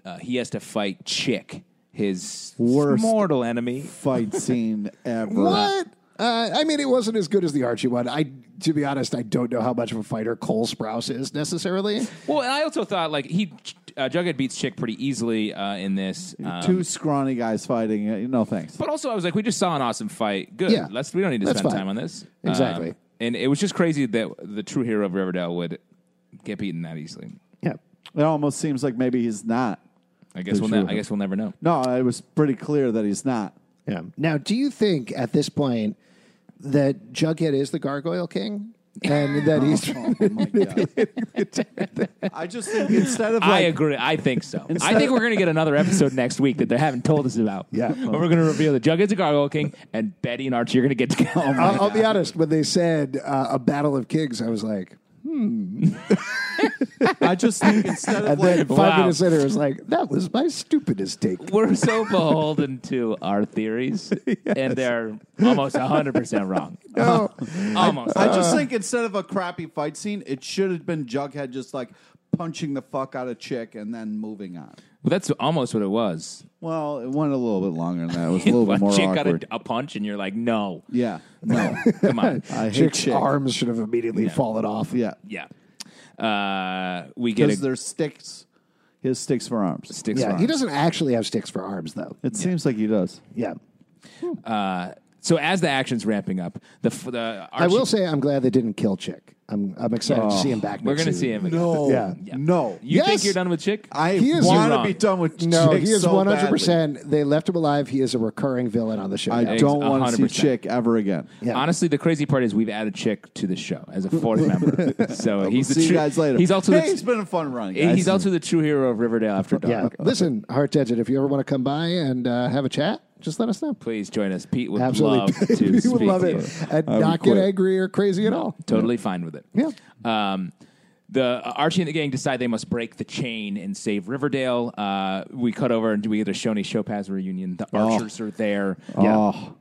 Speaker 2: Uh, he has to fight Chick, his
Speaker 5: Worst.
Speaker 2: mortal enemy.
Speaker 5: Fight scene ever.
Speaker 4: What? Uh, I mean, it wasn't as good as the Archie one. I, to be honest, I don't know how much of a fighter Cole Sprouse is necessarily.
Speaker 2: Well, and I also thought like he uh, Jughead beats Chick pretty easily uh, in this. Um,
Speaker 5: Two scrawny guys fighting. uh, No thanks.
Speaker 2: But also, I was like, we just saw an awesome fight. Good.
Speaker 4: Yeah.
Speaker 2: Let's. We don't need to
Speaker 4: That's
Speaker 2: spend
Speaker 4: fine.
Speaker 2: time on this.
Speaker 4: Exactly.
Speaker 2: Um, and it was just crazy that the true hero of Riverdale would get beaten that easily.
Speaker 4: Yeah.
Speaker 5: It almost seems like maybe he's not.
Speaker 2: I guess
Speaker 5: The
Speaker 2: we'll.
Speaker 5: true
Speaker 2: Ne- I
Speaker 5: hero.
Speaker 2: guess we'll never know.
Speaker 5: No, it was pretty clear that he's not.
Speaker 4: Yeah. Now, do you think at this point that Jughead is the Gargoyle King? And that he's
Speaker 5: Oh, I just think instead of like,
Speaker 2: I agree. I think so. I think we're going to get another episode next week that they haven't told us about.
Speaker 4: Yeah.
Speaker 2: But we're going to reveal that Jughead's a Gargoyle King and Betty and Archie are going to get together.
Speaker 5: Oh.
Speaker 4: I'll, I'll be honest. When they said uh, a battle of kings, I was like,
Speaker 5: I just think instead of
Speaker 4: and then
Speaker 5: like,
Speaker 4: five
Speaker 2: Wow.
Speaker 4: minutes later, it was like, that was my stupidest take.
Speaker 2: we're so beholden to our theories, and they're almost 100% wrong.
Speaker 4: No.
Speaker 2: Almost.
Speaker 5: I just think instead of a crappy fight scene, it should have been Jughead just like punching the fuck out of chick and then moving on.
Speaker 2: Well, that's almost what it was.
Speaker 5: Well, it went a little bit longer than that. It was a little bit more
Speaker 2: Chick
Speaker 5: awkward.
Speaker 2: got a, a punch, and you're like, no.
Speaker 5: yeah, no,
Speaker 2: Come on.
Speaker 5: I hate
Speaker 4: Chick's
Speaker 5: chick.
Speaker 4: arms should have immediately fallen off.
Speaker 5: Yeah,
Speaker 2: yeah. Uh, we get
Speaker 5: because
Speaker 2: a
Speaker 5: there's sticks. His sticks for arms.
Speaker 2: sticks
Speaker 4: Yeah,
Speaker 2: for
Speaker 4: he
Speaker 2: arms.
Speaker 4: doesn't actually have sticks for arms, though.
Speaker 5: It seems like he does.
Speaker 4: Yeah.
Speaker 2: So as the action's ramping up, the, f- the Archie,
Speaker 4: I will say I'm glad they didn't kill Chick. I'm, I'm excited
Speaker 5: Oh,
Speaker 4: to see him back.
Speaker 2: we're
Speaker 4: going to
Speaker 2: see him. again.
Speaker 5: No,
Speaker 4: Yeah.
Speaker 5: no.
Speaker 2: You think
Speaker 4: Yes!
Speaker 2: you're done with Chick?
Speaker 5: I
Speaker 4: He is-
Speaker 5: want
Speaker 2: You're
Speaker 5: to
Speaker 2: wrong.
Speaker 5: be done with
Speaker 4: No,
Speaker 5: chick
Speaker 4: he is
Speaker 5: so 100%.
Speaker 4: 100%. They left him alive. He is a recurring villain on the show.
Speaker 5: I
Speaker 4: now.
Speaker 5: don't want to see
Speaker 2: 100%.
Speaker 5: chick ever again.
Speaker 4: Yeah.
Speaker 2: Honestly, the crazy part is we've added Chick to the show as a fourth member. So he's the
Speaker 5: See you
Speaker 2: true-
Speaker 5: guys later.
Speaker 2: He's also
Speaker 5: hey,
Speaker 2: the,
Speaker 5: it's been a fun run. Guys.
Speaker 2: he's also the true hero of Riverdale After
Speaker 4: Yeah.
Speaker 2: Dark.
Speaker 4: Listen, Heart Tangent, if you ever want to come by and uh, have a chat, just let us know.
Speaker 2: Please join us. Pete would love
Speaker 4: Absolutely.
Speaker 2: to
Speaker 4: we
Speaker 2: speak
Speaker 4: would love
Speaker 2: to
Speaker 4: it.
Speaker 2: you.
Speaker 4: And
Speaker 5: would
Speaker 4: not get
Speaker 5: quit.
Speaker 4: angry or crazy at all.
Speaker 2: Totally fine with it.
Speaker 4: Yeah.
Speaker 2: Um, the Archie and the gang decide they must break the chain and save Riverdale. Uh, we cut over and we get a Shoney Chopaz reunion. The Archers are there.
Speaker 5: Oh,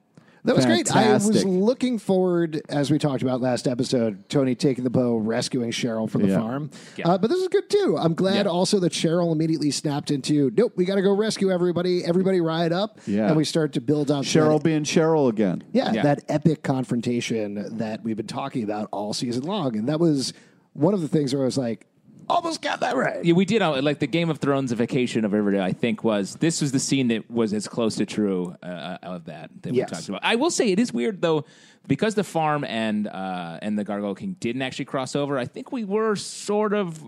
Speaker 4: That was great. I was
Speaker 5: Fantastic.
Speaker 4: looking forward, as we talked about last episode, Tony taking the bow, rescuing Cheryl from the
Speaker 5: Yeah.
Speaker 4: farm.
Speaker 2: Yeah.
Speaker 4: Uh, but this is good too. I'm glad
Speaker 2: Yeah.
Speaker 4: also that Cheryl immediately snapped into, nope, we got to go rescue everybody. Everybody ride up.
Speaker 5: Yeah.
Speaker 4: And we start to build up.
Speaker 5: Cheryl
Speaker 4: that,
Speaker 5: being Cheryl again.
Speaker 4: yeah,
Speaker 2: Yeah.
Speaker 4: that epic confrontation that we've been talking about all season long. And that was one of the things where I was like, almost got that right.
Speaker 2: Yeah, we did uh, like the Game of Thrones vacation of Riverdale. I think was this was the scene that was as close to true uh, of that that
Speaker 4: Yes.
Speaker 2: we talked about. I will say it is weird though because the farm and uh, and the Gargoyle King didn't actually cross over. I think we were sort of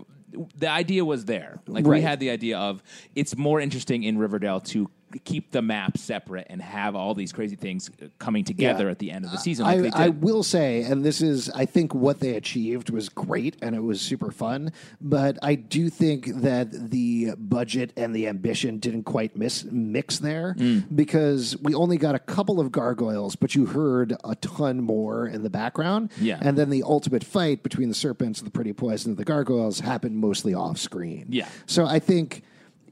Speaker 2: the idea was there. Like we
Speaker 4: Right.
Speaker 2: had the idea of it's more interesting in Riverdale to keep the map separate and have all these crazy things uh, coming together
Speaker 4: Yeah.
Speaker 2: at the end of the season.
Speaker 4: I,
Speaker 2: Like they did.
Speaker 4: I will say, and this is, I think what they achieved was great and it was super fun, but I do think that the budget and the ambition didn't quite miss, mix there
Speaker 2: Mm.
Speaker 4: because we only got a couple of gargoyles, but you heard a ton more in the background.
Speaker 2: Yeah.
Speaker 4: And then the ultimate fight between the serpents, the pretty poison, and the gargoyles happened mostly off screen.
Speaker 2: Yeah.
Speaker 4: So I think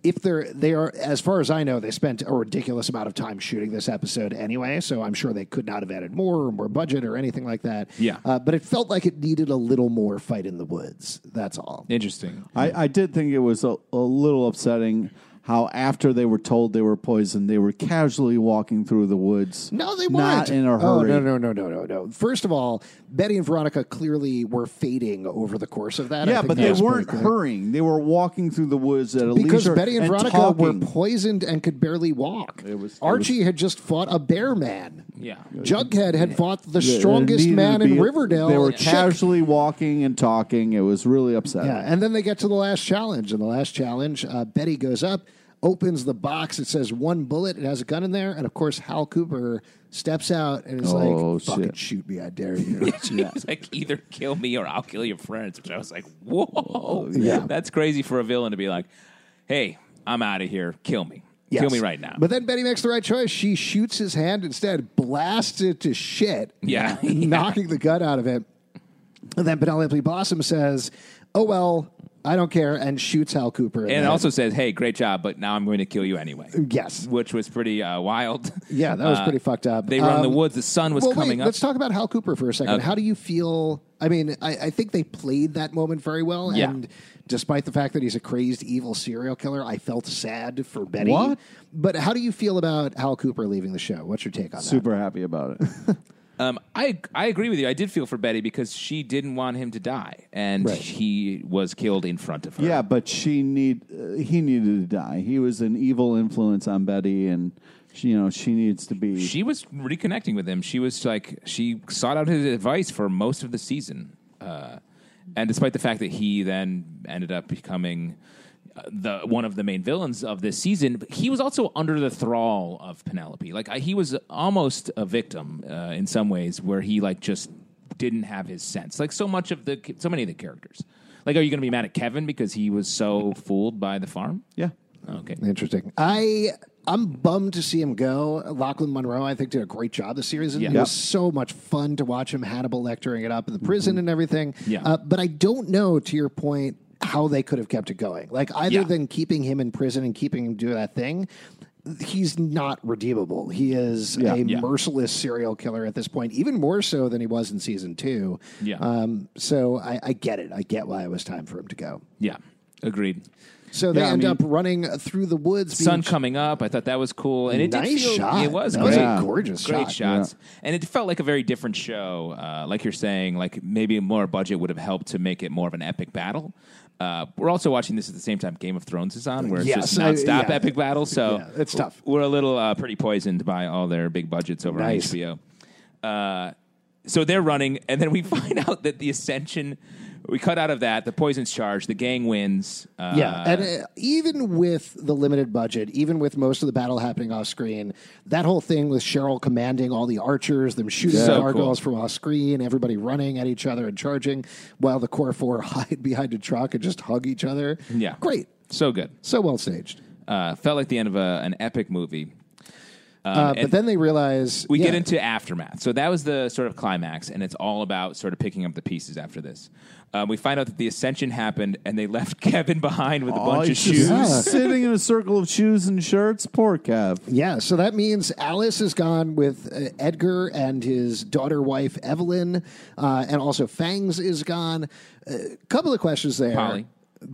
Speaker 4: if they're they are as far as I know, they spent a ridiculous amount of time shooting this episode anyway. So I'm sure they could not have added more or more budget or anything like that.
Speaker 2: Yeah.
Speaker 4: Uh, but it felt like it needed a little more fight in the woods. That's all.
Speaker 2: Interesting.
Speaker 5: I, I did think it was a, a little upsetting how after they were told they were poisoned, they were casually walking through the woods.
Speaker 4: No, they weren't.
Speaker 5: Not in a
Speaker 4: Oh,
Speaker 5: hurry.
Speaker 4: no, no, no, no, no, no. First of all, Betty and Veronica clearly were fading over the course of that. I
Speaker 5: Yeah,
Speaker 4: think
Speaker 5: but
Speaker 4: that
Speaker 5: they
Speaker 4: was pretty
Speaker 5: weren't
Speaker 4: clear.
Speaker 5: hurrying. They were walking through the woods at a
Speaker 4: Because
Speaker 5: leisure
Speaker 4: Betty and, Veronica
Speaker 5: talking.
Speaker 4: were poisoned and could barely walk.
Speaker 5: It was- it
Speaker 4: Archie had just fought a bear man.
Speaker 2: Yeah.
Speaker 4: Jughead had fought the
Speaker 5: There
Speaker 4: strongest
Speaker 5: needed to
Speaker 4: man in
Speaker 5: be-
Speaker 4: Riverdale.
Speaker 5: They were
Speaker 4: Chick.
Speaker 5: casually walking and talking. It was really upsetting.
Speaker 4: Yeah, and then they get to the last challenge. And the last challenge, uh, Betty goes up, opens the box. It says one bullet. It has a gun in there. And of course, Hal Cooper steps out and is
Speaker 5: Oh,
Speaker 4: like, fucking
Speaker 5: shit.
Speaker 4: shoot me. I dare you.
Speaker 2: It's like either kill me or I'll kill your friends. Which I was like, whoa,
Speaker 4: Oh, Yeah.
Speaker 2: that's crazy for a villain to be like, hey, I'm out of here. Kill me, kill
Speaker 4: Yes.
Speaker 2: me right now.
Speaker 4: But then Betty makes the right choice. She shoots his hand instead, blasts it to shit,
Speaker 2: Yeah.
Speaker 4: knocking the gun out of it. And then Penelope Blossom says, Oh, well, I don't care, and shoots Hal Cooper. in the
Speaker 2: And
Speaker 4: head.
Speaker 2: also says, "Hey, great job, but now I'm going to kill you anyway."
Speaker 4: yes,
Speaker 2: Which was pretty uh, wild.
Speaker 4: Yeah, that was
Speaker 2: Uh,
Speaker 4: pretty fucked up.
Speaker 2: They were in the
Speaker 4: Um,
Speaker 2: woods. The sun was
Speaker 4: well,
Speaker 2: coming
Speaker 4: wait,
Speaker 2: up.
Speaker 4: Let's talk about Hal Cooper for a second.
Speaker 2: Okay.
Speaker 4: How do you feel? I mean, I, I think they played that moment very well.
Speaker 2: Yeah.
Speaker 4: And despite the fact that he's a crazed, evil serial killer, I felt sad for Betty.
Speaker 5: What?
Speaker 4: But how do you feel about Hal Cooper leaving the show? What's your take on
Speaker 5: Super happy about it.
Speaker 2: Um, I I agree with you. I did feel for Betty because she didn't want him to die, and
Speaker 4: Right.
Speaker 2: he was killed in front of her.
Speaker 5: yeah, but she need uh, he needed to die. He was an evil influence on Betty, and she, you know she needs to be.
Speaker 2: she was reconnecting with him. She was like she sought out his advice for most of the season, uh, and despite the fact that he then ended up becoming uh, the one of the main villains of this season, but he was also under the thrall of Penelope. Like I, he was almost a victim uh, in some ways, where he like just didn't have his sense. Like so much of the so many of the characters. Like, are you going to be mad at Kevin because he was so fooled by the farm?
Speaker 5: yeah,
Speaker 2: Okay.
Speaker 4: that? Interesting. I I'm bummed to see him go. Lachlan Monroe, I think, did a great job this series.
Speaker 2: Yeah.
Speaker 4: It was so much fun to watch him Hannibal lecturing it up in the prison and everything.
Speaker 2: Mm-hmm. Yeah.
Speaker 4: Uh, but I don't know, to your point, how they could have kept it going. Like either
Speaker 2: Yeah.
Speaker 4: than keeping him in prison and keeping him do that thing, he's not redeemable. He is a
Speaker 2: Yeah.
Speaker 4: merciless serial killer at this point, even more so than he was in season two.
Speaker 2: Yeah.
Speaker 4: Um, so I, I get it. I get why it was time for him to go.
Speaker 2: Yeah. Agreed.
Speaker 4: So they
Speaker 5: Yeah, I
Speaker 4: end
Speaker 5: mean-
Speaker 4: up running through the woods. being
Speaker 2: sun coming up. I thought that was cool, and it did
Speaker 4: Nice
Speaker 2: feel,
Speaker 4: shot.
Speaker 2: It was
Speaker 4: That
Speaker 2: great,
Speaker 4: was a gorgeous
Speaker 2: great
Speaker 4: shot.
Speaker 2: shots, and it felt like a very different show. Uh, like you're saying, like maybe more budget would have helped to make it more of an epic battle. Uh, we're also watching this at the same time Game of Thrones is on, where it's
Speaker 4: Yes,
Speaker 2: just
Speaker 4: I-
Speaker 2: nonstop
Speaker 4: yeah.
Speaker 2: epic battles. So
Speaker 4: Yeah, it's tough.
Speaker 2: We're a little uh, pretty poisoned by all their big budgets over
Speaker 4: Nice.
Speaker 2: on HBO. Uh, so they're running, and then we find out that the Ascension. We cut out of that. The poison's charged. The gang wins. Uh,
Speaker 4: Yeah, and uh, even with the limited budget, even with most of the battle happening off screen, that whole thing with Cheryl commanding all the archers, them shooting
Speaker 2: So cool.
Speaker 4: gargoyles from off screen, everybody running at each other and charging, while the core four hide behind a truck and just hug each other.
Speaker 2: yeah,
Speaker 4: great,
Speaker 2: So good.
Speaker 4: so well staged.
Speaker 2: uh, felt like the end of a, an epic movie. Um,
Speaker 4: Uh,
Speaker 2: and
Speaker 4: but then they realize
Speaker 2: we get
Speaker 4: yeah,
Speaker 2: into aftermath. So that was the sort of climax, and it's all about sort of picking up the pieces after this. Um, we find out that the ascension happened, and they left Kevin behind with a bunch of
Speaker 5: he's just
Speaker 2: shoes.
Speaker 5: sitting in a circle of shoes and shirts. Poor Kev.
Speaker 4: Yeah, so that means Alice is gone with uh, Edgar and his daughter wife Evelyn, uh, and also Fangs is gone. A couple of questions there.
Speaker 2: Polly.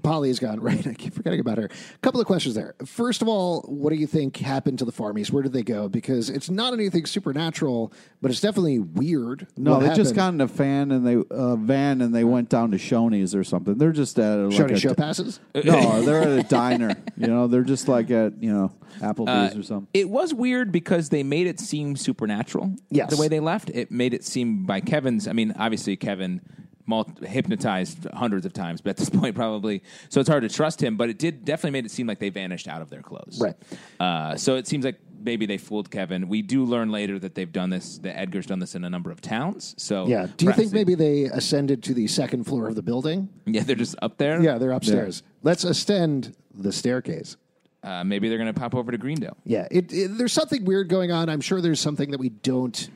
Speaker 4: Polly is gone, right? I keep forgetting about her. A couple of questions there. First of all, what do you think happened to the farmies? Where did they go? Because it's not anything supernatural, but it's definitely weird.
Speaker 5: No,
Speaker 4: what
Speaker 5: they just
Speaker 4: happened.
Speaker 5: got in a fan and they uh, van and they went down to Shoney's or something. They're just at a, like
Speaker 4: Shoney
Speaker 5: a
Speaker 4: show passes.
Speaker 5: No, they're at a diner. You know, they're just like at you know
Speaker 2: Uh,
Speaker 5: Applebee's or something.
Speaker 2: it was weird because they made it seem supernatural.
Speaker 4: Yes.
Speaker 2: the way they left it made it seem by Kevin's. I mean, obviously Kevin mul- hypnotized hundreds of times, but at this point probably so it's hard to trust him. But it did definitely made it seem like they vanished out of their clothes.
Speaker 4: Right.
Speaker 2: Uh, so it seems like maybe they fooled Kevin. We do learn later that they've done this. That Edgar's done this in a number of towns. So
Speaker 4: Yeah. Do you
Speaker 2: perhaps
Speaker 4: think
Speaker 2: they-
Speaker 4: maybe they ascended to the second floor of the building?
Speaker 2: yeah they're just up there?
Speaker 4: Yeah, they're upstairs. Let's ascend the staircase.
Speaker 2: Uh, maybe they're going to pop over to Greendale.
Speaker 4: Yeah, it, it, there's something weird going on. I'm sure there's something that we don't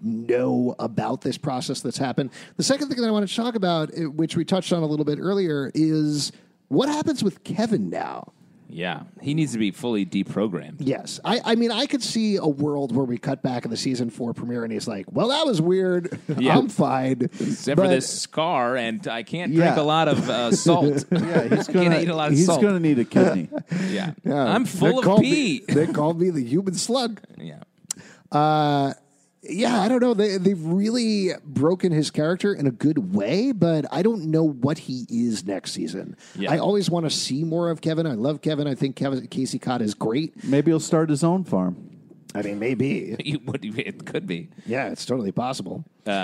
Speaker 4: know about this process that's happened. The second thing that I wanted to talk about, eh, which we touched on a little bit earlier, is what happens with Kevin now?
Speaker 2: Yeah, he needs to be fully deprogrammed.
Speaker 4: Yes, I, I mean, I could see a world where we cut back in the season four premiere, and he's like, "Well, that was weird.
Speaker 2: Yeah.
Speaker 4: I'm fine."
Speaker 2: Except for
Speaker 4: But-
Speaker 2: this scar, and I can't
Speaker 5: Yeah.
Speaker 2: drink a lot of uh, salt. yeah,
Speaker 5: He's
Speaker 2: can't
Speaker 5: gonna
Speaker 2: eat a lot of
Speaker 5: he's
Speaker 2: salt.
Speaker 5: gonna need a kidney.
Speaker 2: yeah.
Speaker 4: Yeah,
Speaker 2: I'm
Speaker 4: they
Speaker 2: full of
Speaker 4: called me-
Speaker 2: pee.
Speaker 4: they called me the human slug.
Speaker 2: yeah,
Speaker 4: yeah, I don't know. They, they've really broken his character in a good way, but I don't know what he is next season.
Speaker 2: Yeah.
Speaker 4: I always want to see more of Kevin. I love Kevin. I think Kevin Casey Cott is great.
Speaker 5: Maybe he'll start his own farm.
Speaker 4: I mean, maybe.
Speaker 2: You would- it could be. Uh,
Speaker 4: Yeah, it's totally possible.
Speaker 5: He's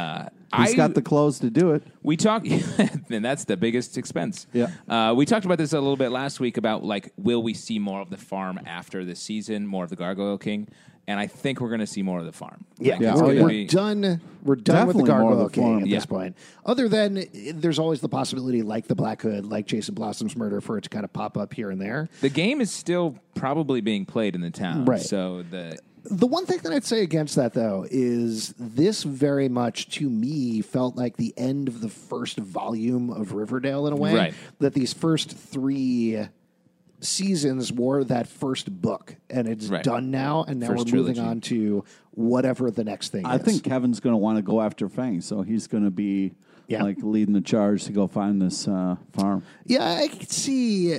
Speaker 2: I
Speaker 5: got the clothes to do it.
Speaker 2: we talked, and that's the biggest expense.
Speaker 5: Yeah.
Speaker 2: uh, we talked about this a little bit last week about like, will we see more of the farm after this season, more of the Gargoyle King, and I think we're going to see more of the farm.
Speaker 4: Yeah,
Speaker 2: Like, it's
Speaker 4: we're,
Speaker 2: gonna
Speaker 4: we're
Speaker 2: be-
Speaker 4: done. We're done with the
Speaker 5: Definitely more of
Speaker 4: Gargoyle
Speaker 5: the form.
Speaker 4: King at
Speaker 2: Yeah.
Speaker 4: this point. Other than eh, there's always the possibility, like the Black Hood, like Jason Blossom's murder, for it to kind of pop up here and there.
Speaker 2: The game is still probably being played in the town,
Speaker 4: Right.
Speaker 2: So the
Speaker 4: The one thing that I'd say against that, though, is this very much to me felt like the end of the first volume of Riverdale in a way.
Speaker 2: Right.
Speaker 4: That these first three seasons were that first book, and it's
Speaker 2: Right.
Speaker 4: done now, and now we we're
Speaker 2: First trilogy.
Speaker 4: moving on to whatever the next thing
Speaker 5: I
Speaker 4: is.
Speaker 5: think Kevin's going to want to go after Fang, so he's going to be
Speaker 4: Yeah.
Speaker 5: like leading the charge to go find this uh, farm.
Speaker 4: Yeah, I could see.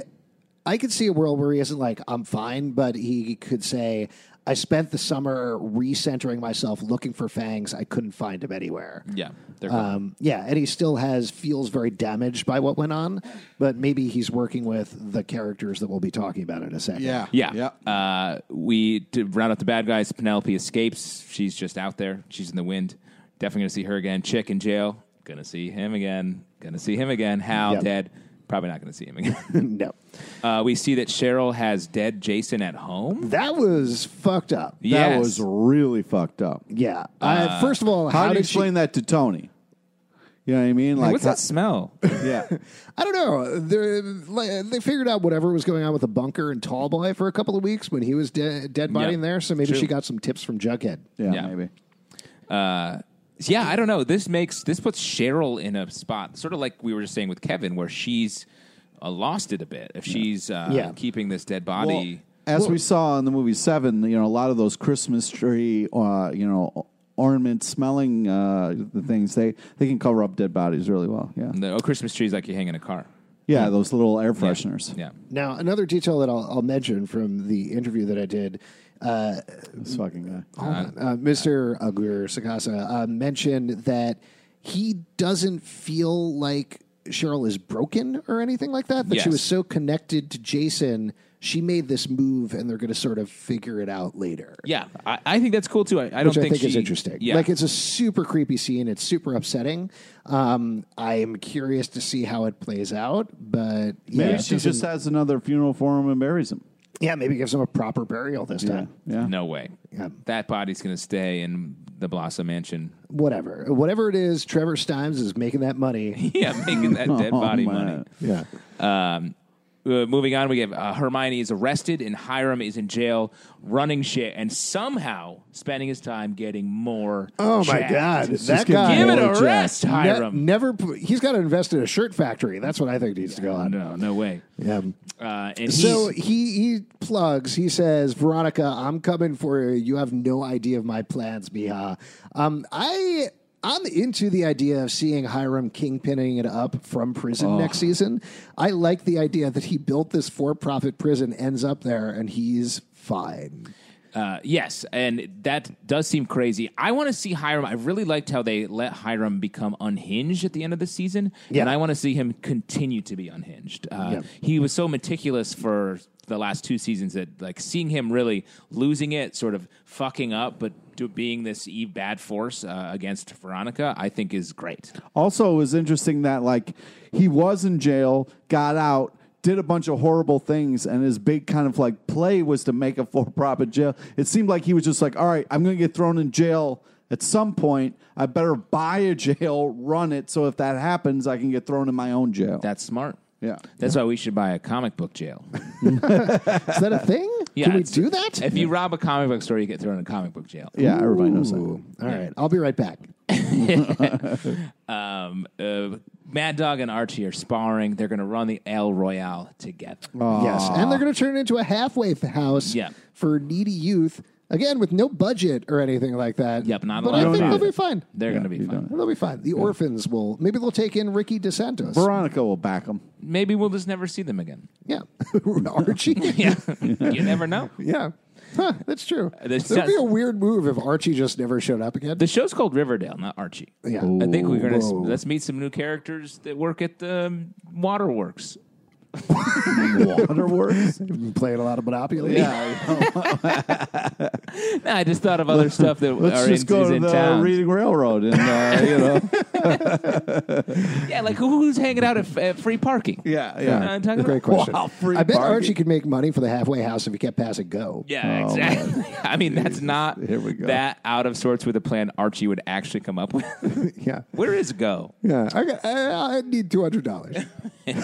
Speaker 4: I could see a world where he isn't like, I'm fine, but he could say, I spent the summer recentering myself looking for fangs. I couldn't find him anywhere.
Speaker 2: Yeah, they're
Speaker 5: Uh,
Speaker 2: fine.
Speaker 4: Um, yeah, and he still has feels very damaged by what went on, but maybe he's working with the characters that we'll be talking about in a second.
Speaker 2: Yeah. Uh, we to round up the bad guys. Penelope escapes. She's just out there. She's in the wind. Definitely gonna see her again. Chick in jail. Gonna see him again. Gonna see him again. Hal
Speaker 4: Yep.
Speaker 2: dead. Probably not gonna see him again.
Speaker 4: no,
Speaker 2: uh, we see that Cheryl has dead Jason at home.
Speaker 4: that was fucked up.
Speaker 2: yes.
Speaker 5: That was really fucked up.
Speaker 4: Yeah. uh, first of all, how,
Speaker 5: How, do you
Speaker 4: did she?
Speaker 5: explain that to Tony? You know what I mean? Like,
Speaker 2: What's
Speaker 5: how-
Speaker 2: that smell?
Speaker 5: yeah.
Speaker 4: I don't know. They're, like, they figured out whatever was going on with the bunker and Tall Boy for a couple of weeks when he was de- dead body
Speaker 2: Yeah.
Speaker 4: in there. So maybe
Speaker 2: True.
Speaker 4: she got some tips from Jughead.
Speaker 5: yeah,
Speaker 2: Yeah.
Speaker 5: maybe.
Speaker 2: Yeah, I don't know. This makes this puts Cheryl in a spot, sort of like we were just saying with Kevin, where she's uh, lost it a bit. If she's uh,
Speaker 4: Yeah.
Speaker 2: keeping this dead body,
Speaker 5: Well, as we saw in the movie Seven, you know, a lot of those Christmas tree, uh, you know, ornament smelling uh, the things they they can cover up dead bodies really well. Yeah,
Speaker 2: the oh, Christmas tree's like you hang in a car.
Speaker 5: yeah, those little air fresheners.
Speaker 2: Yeah,
Speaker 4: Now, another detail that I'll, I'll mention from the interview that I did
Speaker 5: this fucking guy.
Speaker 4: Hold on. Uh, Mr. Aguirre Sagasa uh, mentioned that he doesn't feel like Cheryl is broken or anything like that, that
Speaker 2: Yes.
Speaker 4: she was so connected to Jason, she made this move and they're going to sort of figure it out later.
Speaker 2: yeah. I, I think that's cool too. I, I don't
Speaker 4: Which I
Speaker 2: think
Speaker 4: think is
Speaker 2: she-
Speaker 4: interesting.
Speaker 2: Yeah,
Speaker 4: Like, it's a super creepy scene. It's super upsetting. Um, I am curious to see how it plays out, but yeah,
Speaker 5: Maybe
Speaker 4: it
Speaker 5: she just
Speaker 4: doesn't-
Speaker 5: has another funeral for him and buries him.
Speaker 4: yeah, maybe gives him a proper burial this
Speaker 5: Yeah,
Speaker 4: time.
Speaker 5: yeah.
Speaker 2: no way. That body's gonna stay in the Blossom Mansion.
Speaker 4: Whatever. Whatever it is, Trevor Stimes is making that money.
Speaker 2: yeah, making that dead body
Speaker 5: man.
Speaker 2: money.
Speaker 4: Oh, yeah.
Speaker 2: Um, uh, moving on, we have uh, Hermione is arrested and Hiram is in jail running shit and somehow spending his time getting more.
Speaker 4: Oh my
Speaker 2: jacked.
Speaker 4: God, that
Speaker 5: just getting
Speaker 4: guy!
Speaker 2: Give it
Speaker 5: more
Speaker 2: a rest,
Speaker 4: Ne-
Speaker 2: Hiram.
Speaker 4: never. pu- He's got to invest in a shirt factory. That's what I think needs to go on.
Speaker 2: No, no way.
Speaker 4: Yeah.
Speaker 2: Uh, and
Speaker 4: So
Speaker 2: he's-
Speaker 4: he he plugs. He says, "Veronica, I'm coming for you. You have no idea of my plans, Mija." Um, I. I'm into the idea of seeing Hiram kingpinning it up from prison
Speaker 2: Oh.
Speaker 4: next season. I like the idea that he built this for-profit prison, ends up there, and he's fine.
Speaker 2: uh, yes, and that does seem crazy. I want to see Hiram. I really liked how they let Hiram become unhinged at the end of the season,
Speaker 4: Yeah.
Speaker 2: and I want to see him continue to be unhinged. Uh,
Speaker 4: Yeah.
Speaker 2: He was so meticulous for the last two seasons that, like, seeing him really losing it, sort of fucking up, but to being this e- bad force uh, against Veronica, I think is great.
Speaker 5: Also, it was interesting that like he was in jail, got out, did a bunch of horrible things, and his big kind of like play was to make a for-profit jail. It seemed like he was just like, "All right, I'm going to get thrown in jail at some point. I better buy a jail, run it, so if that happens, I can get thrown in my own jail."
Speaker 2: That's smart.
Speaker 5: Yeah.
Speaker 2: That's why we should buy a comic book jail.
Speaker 4: Is that a thing?
Speaker 2: Yeah,
Speaker 4: Can we
Speaker 2: it's-
Speaker 4: do that?
Speaker 2: if you rob a comic book store, you get thrown in a comic book jail.
Speaker 5: yeah, everybody knows that.
Speaker 4: Ooh. All right, I'll be right back.
Speaker 2: Um, uh, Mad Dog and Archie are sparring. They're going to run the El Royale together.
Speaker 5: Oh,
Speaker 4: Yes, and they're going to turn it into a halfway f- house
Speaker 2: Yeah.
Speaker 4: for needy youth again with no budget or anything like that.
Speaker 2: Yep, not a
Speaker 4: But
Speaker 2: lot
Speaker 4: I
Speaker 2: of
Speaker 4: think
Speaker 2: money.
Speaker 4: they'll be fine.
Speaker 2: They're going to be fun.
Speaker 4: They'll be fine. The orphans will maybe they'll take in Ricky DeSantos.
Speaker 5: Veronica will back him.
Speaker 2: Maybe we'll just never see them again.
Speaker 4: yeah, Archie.
Speaker 2: Yeah, you never know.
Speaker 4: yeah. Huh, that's true.
Speaker 2: This
Speaker 4: That'd be
Speaker 2: does-
Speaker 4: a weird move if Archie just never showed up again.
Speaker 2: Uh, The show's called Riverdale, not Archie.
Speaker 4: Yeah.
Speaker 2: I think we're going to
Speaker 4: Whoa.
Speaker 2: let's meet some new characters that work at the um, waterworks.
Speaker 5: Waterworks.
Speaker 4: Been playing a lot of Monopoly.
Speaker 5: yeah,
Speaker 2: Nah, I just thought of other stuff that
Speaker 5: let's
Speaker 2: are
Speaker 5: just
Speaker 2: in,
Speaker 5: go
Speaker 2: is
Speaker 5: to
Speaker 2: in
Speaker 5: the
Speaker 2: town.
Speaker 5: Reading Railroad and uh, you know,
Speaker 2: yeah, like who- who's hanging out at, f- at free parking? Uh,
Speaker 5: yeah,
Speaker 2: You know what
Speaker 5: yeah.
Speaker 2: I'm talking
Speaker 4: Great
Speaker 2: about?
Speaker 4: question.
Speaker 5: Wow, free
Speaker 4: I bet
Speaker 5: parking.
Speaker 4: Archie could make money for the halfway house if he kept passing go.
Speaker 2: Yeah, exactly. I mean, that's not
Speaker 5: Here we go.
Speaker 2: that out of sorts with a plan Archie would actually come up with.
Speaker 4: Yeah.
Speaker 2: Where is Go?
Speaker 4: Yeah, I, got, I, I need two hundred dollars.
Speaker 5: And,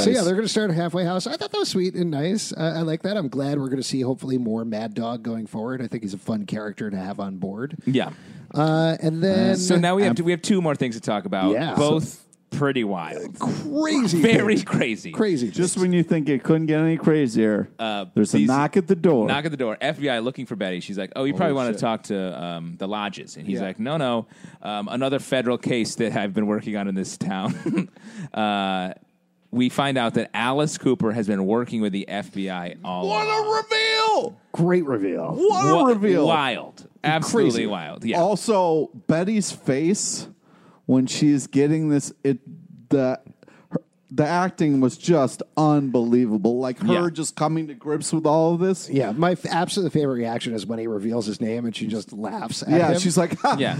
Speaker 4: so yeah, they're going to start halfway house. I thought that was sweet and nice. I, I like that. I'm glad we're going to see hopefully more Mad Dog going forward. I think he's a fun character to have on board.
Speaker 2: Yeah.
Speaker 4: Uh, and then
Speaker 2: So now we have to, we have two more things to talk about.
Speaker 4: Yeah.
Speaker 2: Both pretty wild,
Speaker 4: crazy,
Speaker 2: very
Speaker 4: things.
Speaker 2: crazy,
Speaker 4: crazy.
Speaker 5: just when you think it couldn't get any crazier, there's a
Speaker 2: Uh, these-
Speaker 5: knock at the door.
Speaker 2: Knock at the door. FBI looking for Betty. She's like, "Oh, you probably want to talk to um, the lodges." And he's
Speaker 4: Yeah.
Speaker 2: like, "No, no, um, another federal case that I've been working on in this town." uh, we find out that Alice Cooper has been working with the FBI all.
Speaker 5: what
Speaker 2: along.
Speaker 5: a reveal!
Speaker 4: great reveal.
Speaker 5: What a
Speaker 2: Wa-
Speaker 5: reveal!
Speaker 2: Wild, absolutely
Speaker 4: Crazy.
Speaker 2: wild. Yeah,
Speaker 5: Also, Betty's face when she's getting this it the her, the acting was just unbelievable. Like her
Speaker 2: Yeah.
Speaker 5: just coming to grips with all of this.
Speaker 4: Yeah, my f- absolute favorite reaction is when he reveals his name and she just laughs. At
Speaker 5: Yeah,
Speaker 4: him.
Speaker 5: she's like, ha,
Speaker 2: yeah.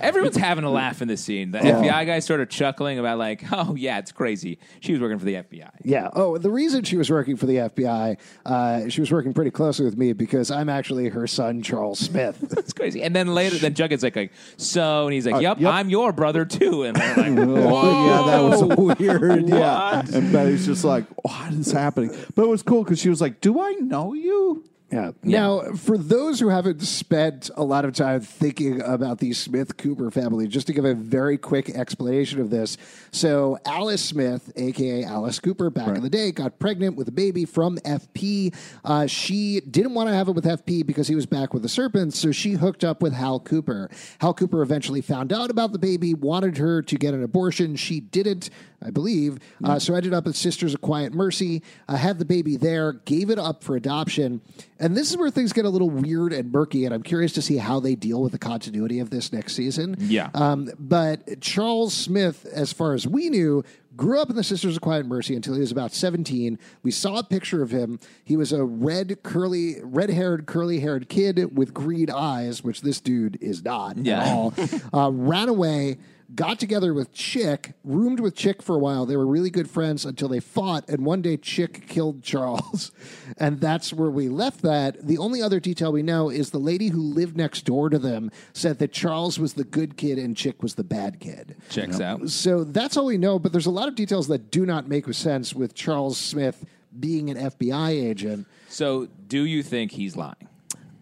Speaker 2: Everyone's having a laugh in this scene. The FBI guy's sort of chuckling about like, "Oh yeah, it's crazy." She was working for the FBI.
Speaker 4: Yeah. Oh, the reason she was working for the FBI, uh, she was working pretty closely with me because I'm actually her son, Charles Smith.
Speaker 2: It's crazy. And then later, then Jughead's like, like so, and he's
Speaker 4: Uh,
Speaker 2: like, yep,
Speaker 5: yep.
Speaker 2: I'm your brother too. And we're like,
Speaker 5: yeah, that was weird. yeah,
Speaker 2: What?
Speaker 5: and Betty's just like, what is happening? But it was cool because she was like, do I know you?
Speaker 4: yeah. Now, for those who haven't spent a lot of time thinking about the Smith Cooper family, just to give a very quick explanation of this. So, Alice Smith, aka Alice Cooper, back in the day, got pregnant with a baby from FP. Uh, she didn't want to have it with FP because he was back with the serpents, so she hooked up with Hal Cooper. Hal Cooper eventually found out about the baby, wanted her to get an abortion. She didn't, I believe. Uh, so ended up at Sisters of Quiet Mercy, uh, had the baby there, gave it up for adoption. And this is where things get a little weird and murky, and I'm curious to see how they deal with the continuity of this next season.
Speaker 2: Yeah.
Speaker 4: Um, but Charles Smith, as far as we knew, grew up in the Sisters of Quiet Mercy until he was about 17. We saw a picture of him. He was a red, curly, red haired, curly haired kid with green eyes, which this dude is not
Speaker 2: Yeah.
Speaker 4: at all. uh, ran away. Got together with Chick, roomed with Chick for a while. They were really good friends until they fought, and one day Chick killed Charles. And that's where we left that. The only other detail we know is the lady who lived next door to them said that Charles was the good kid and Chick was the bad kid.
Speaker 2: checks out.
Speaker 4: So that's all we know, but there's a lot of details that do not make sense with Charles Smith being an FBI agent.
Speaker 2: So, do you think he's lying?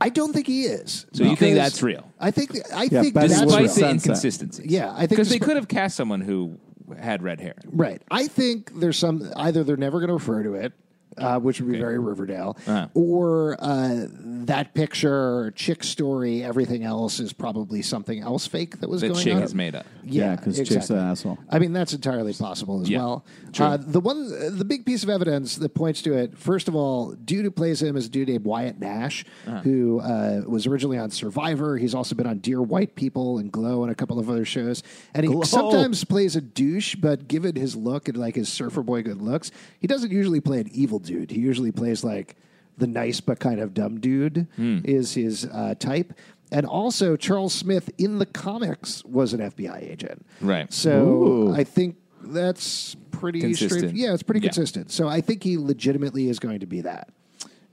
Speaker 4: I don't think he is.
Speaker 2: So you
Speaker 4: because
Speaker 2: think that's real?
Speaker 4: I think I
Speaker 5: Yeah,
Speaker 4: think
Speaker 5: Betty
Speaker 4: that's
Speaker 5: White
Speaker 4: real.
Speaker 2: Despite
Speaker 5: That's
Speaker 2: the
Speaker 5: real.
Speaker 2: inconsistencies.
Speaker 4: Yeah, I think
Speaker 2: Because they
Speaker 4: despi-
Speaker 2: could have cast someone who had red hair.
Speaker 4: Right. I think there's some either they're never going to refer to it, uh, which would be very Riverdale,
Speaker 2: Uh-huh.
Speaker 4: or uh, that picture, chick story, everything else is probably something else fake that was
Speaker 2: That
Speaker 4: going
Speaker 2: chick
Speaker 4: on.
Speaker 2: is made up.
Speaker 5: Yeah, 'cause chick's an asshole.
Speaker 4: I mean, that's entirely possible as
Speaker 2: Yeah,
Speaker 4: well. Uh, the one, uh, the big piece of evidence that points to it. First of all, dude who plays him is a dude named Wyatt Nash,
Speaker 2: Uh-huh.
Speaker 4: who uh, was originally on Survivor. He's also been on Dear White People and Glow and a couple of other shows. And he
Speaker 5: Glow.
Speaker 4: sometimes plays a douche, but given his look and like his surfer boy good looks, he doesn't usually play an evil dude. He usually plays like the nice but kind of dumb dude
Speaker 2: Hmm.
Speaker 4: is his uh, type. And also, Charles Smith in the comics was an FBI agent.
Speaker 2: Right.
Speaker 4: So I think that's pretty
Speaker 2: Consistent.
Speaker 4: straight. Yeah, it's pretty
Speaker 2: Yeah.
Speaker 4: consistent. So I think he legitimately is going to be that.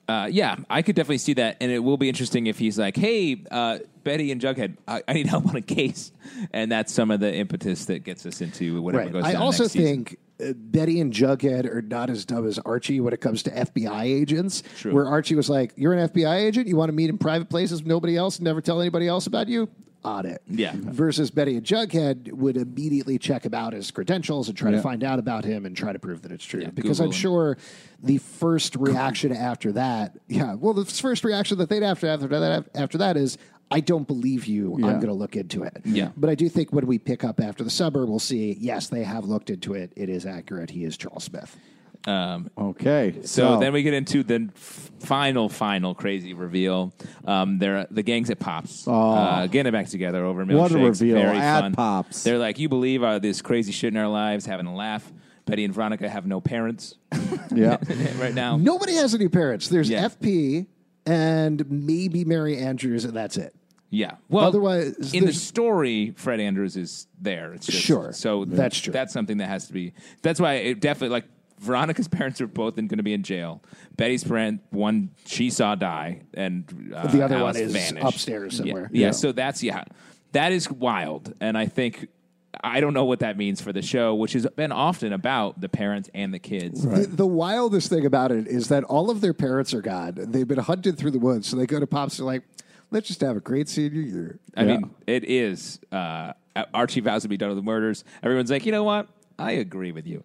Speaker 2: Uh, yeah, I could definitely see that, and it will be interesting if he's like, "Hey, uh, Betty and Jughead, I, I need help on a case," and that's some of the impetus that gets us into whatever
Speaker 4: Right.
Speaker 2: goes.
Speaker 4: I
Speaker 2: down
Speaker 4: also
Speaker 2: next season.
Speaker 4: think uh, Betty and Jughead are not as dumb as Archie when it comes to FBI agents.
Speaker 2: True.
Speaker 4: Where Archie was like, "You're an FBI agent. You want to meet in private places with nobody else, and never tell anybody else about you." On it.
Speaker 2: Yeah.
Speaker 4: Versus Betty and Jughead would immediately check him out his credentials and try to find out about him and try to prove that it's true. because
Speaker 2: Google
Speaker 4: I'm
Speaker 2: him.
Speaker 4: sure the first reaction after that, yeah, well, the first reaction that they'd after after that after that is. I don't believe you. I'm going to look into it.
Speaker 2: Yeah.
Speaker 4: But I do think when we pick up after the summer, we'll see, yes, they have looked into it. It is accurate. He is Charles Smith.
Speaker 5: Okay,
Speaker 2: So then we get into the f- final, final crazy reveal. Um, they're the gangs at Pops uh, getting it back together over milkshakes.
Speaker 5: Oh. What a reveal
Speaker 2: Very
Speaker 5: at
Speaker 2: fun.
Speaker 5: Pops.
Speaker 2: They're like, you believe uh, this crazy shit in our lives, having a laugh. Betty and Veronica have no parents
Speaker 5: yeah.
Speaker 2: right now.
Speaker 4: Nobody has any parents. There's
Speaker 2: Yeah.
Speaker 4: FP and maybe Mary Andrews, and that's it.
Speaker 2: Yeah. Well,
Speaker 4: Otherwise,
Speaker 2: in the
Speaker 4: there's-
Speaker 2: story, Fred Andrews is there. It's just,
Speaker 4: Sure.
Speaker 2: So
Speaker 4: That's true.
Speaker 2: That's something that has to be. That's why it definitely like Veronica's parents are both going to be in jail. Betty's parent, one she saw die, and uh,
Speaker 4: The other
Speaker 2: Alice
Speaker 4: one is
Speaker 2: vanished.
Speaker 4: upstairs
Speaker 2: Yeah.
Speaker 4: somewhere.
Speaker 2: Yeah, So that's yeah, that is wild, and I think I don't know what that means for the show, which has been often about the parents and the kids.
Speaker 4: The, the wildest thing about it is that all of their parents are gone. They've been hunted through the woods, so they go to pops. They're like, "Let's just have a great senior year."
Speaker 2: I mean, it is. Uh, Archie vows to be done with the murders. Everyone's like, you know what? I agree with you.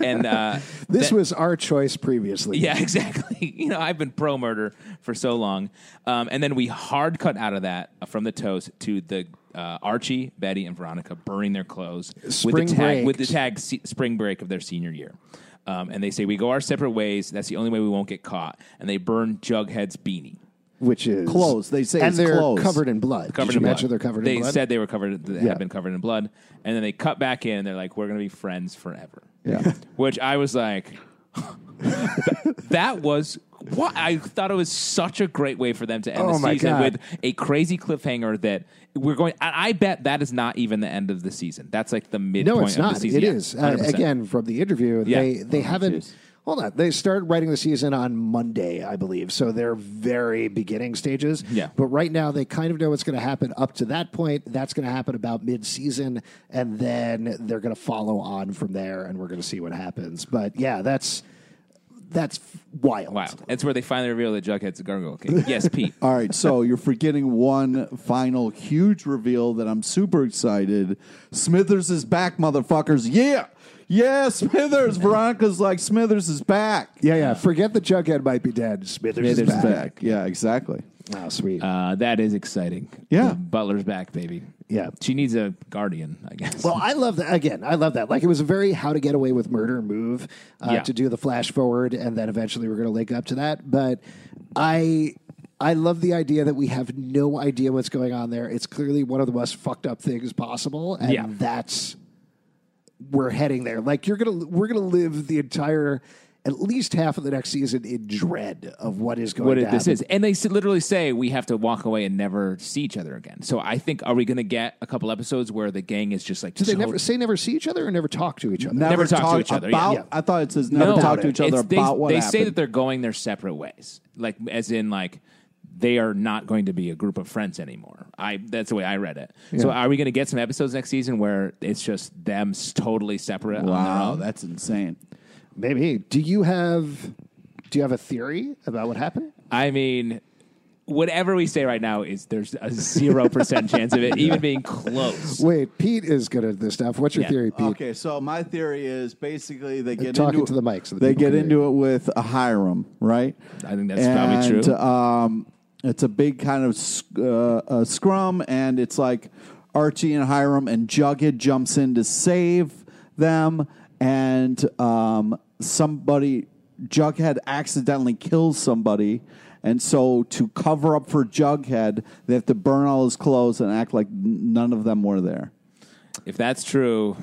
Speaker 2: And uh,
Speaker 4: This
Speaker 2: that-
Speaker 4: was our choice previously.
Speaker 2: Yeah, exactly. You know, I've been pro murder for so long. Um, and then we hard cut out of that uh, from the toast to the uh, Archie, Betty, and Veronica burning their clothes
Speaker 4: Spring
Speaker 2: with the tag
Speaker 4: break.
Speaker 2: with the tag se- spring break of their senior year. Um, and they say we go our separate ways. That's the only way we won't get caught. And they burn Jughead's beanie.
Speaker 4: which is
Speaker 5: Clothes. They say
Speaker 4: and
Speaker 5: it's
Speaker 4: they're
Speaker 5: clothes.
Speaker 4: covered in blood.
Speaker 2: Covered
Speaker 4: Did you
Speaker 2: in
Speaker 4: mention
Speaker 2: blood.
Speaker 4: they're covered
Speaker 2: they
Speaker 4: in blood?
Speaker 2: said they were covered. They
Speaker 4: Yeah.
Speaker 2: had been covered in blood. And then they cut back in. and They're like, we're going to be friends forever.
Speaker 5: Yeah.
Speaker 2: Which I was like, that was what I thought it was such a great way for them to end
Speaker 4: Oh,
Speaker 2: the
Speaker 4: my
Speaker 2: season
Speaker 4: God.
Speaker 2: with a crazy cliffhanger that we're going. I I bet that is not even the end of the season. That's like the midpoint
Speaker 4: no, it's
Speaker 2: of
Speaker 4: not.
Speaker 2: the season.
Speaker 4: It
Speaker 2: Yeah,
Speaker 4: is Uh,
Speaker 2: 100%.
Speaker 4: again from the interview.
Speaker 2: Yeah.
Speaker 4: They they haven't. Hold on. They started writing the season on Monday, I believe. So they're very beginning stages.
Speaker 2: Yeah.
Speaker 4: But right now, they kind of know what's going to happen up to that point. That's going to happen about mid-season, and then they're going to follow on from there, and we're going to see what happens. But yeah, that's that's wild.
Speaker 2: Wow. That's where they finally reveal that Jughead's a gargoyle king. Yes, Pete.
Speaker 5: All right, so you're forgetting one final huge reveal that I'm super excited. Smithers is back, motherfuckers. Yeah. Yeah, Smithers. Veronica's like, Smithers is back.
Speaker 4: Yeah, yeah. Forget the Jughead might be dead. Smithers, is
Speaker 5: Smithers is
Speaker 4: back.
Speaker 5: back. Yeah, exactly.
Speaker 4: Wow, sweet.
Speaker 2: Uh, that is exciting.
Speaker 5: Yeah.
Speaker 2: Butler's back, baby.
Speaker 4: Yeah.
Speaker 2: She needs a guardian, I guess.
Speaker 4: Well, I love that. Again, I love that. Like it was a very how to get away with murder move uh,
Speaker 2: Yeah.
Speaker 4: to do the flash forward, and then eventually we're going to link up to that. But I. I love the idea that we have no idea what's going on there. It's clearly one of the most fucked up things possible, and
Speaker 2: Yeah.
Speaker 4: that's we're heading there. Like you're gonna, we're gonna live the entire, at least half of the next season in dread of what is going
Speaker 2: what
Speaker 4: to
Speaker 2: it,
Speaker 4: happen.
Speaker 2: this is. And they s- literally say we have to walk away and never see each other again. So I think, are we going to get a couple episodes where the gang is just like,
Speaker 4: Do they
Speaker 2: so-
Speaker 4: never say never see each other or never talk to each other?
Speaker 5: Never,
Speaker 2: talk to each other, yeah.
Speaker 5: About,
Speaker 2: Yeah.
Speaker 5: I thought it says never talk to each other
Speaker 2: It's-
Speaker 5: about
Speaker 2: they,
Speaker 5: what
Speaker 2: They
Speaker 5: happened.
Speaker 2: say that they're going their separate ways, like as in like they are not going to be a group of friends anymore. I that's the way I read it. So are we going to get some episodes next season where it's just them s- totally separate? on their
Speaker 5: wow,
Speaker 2: own?
Speaker 5: that's insane.
Speaker 4: Maybe. Do you have do you have a theory about what happened?
Speaker 2: I mean. Whatever we say right now is there's a zero percent chance of it even being close.
Speaker 4: Wait, Pete is good at this stuff. What's your
Speaker 2: Yeah.
Speaker 4: theory, Pete? Uh,
Speaker 5: Okay, so my theory is basically they get
Speaker 4: talking
Speaker 5: into
Speaker 4: to the mic so that
Speaker 5: they
Speaker 4: people
Speaker 5: get
Speaker 4: can hear
Speaker 5: into it with a Hiram, right?
Speaker 2: I think that's probably
Speaker 5: And,
Speaker 2: true.
Speaker 5: Um, it's a big kind of sc- uh, uh, scrum, and it's like Archie and Hiram and Jughead jumps in to save them, and um, somebody Jughead accidentally kills somebody. And so, to cover up for Jughead, they have to burn all his clothes and act like n- none of them were there.
Speaker 2: If that's true,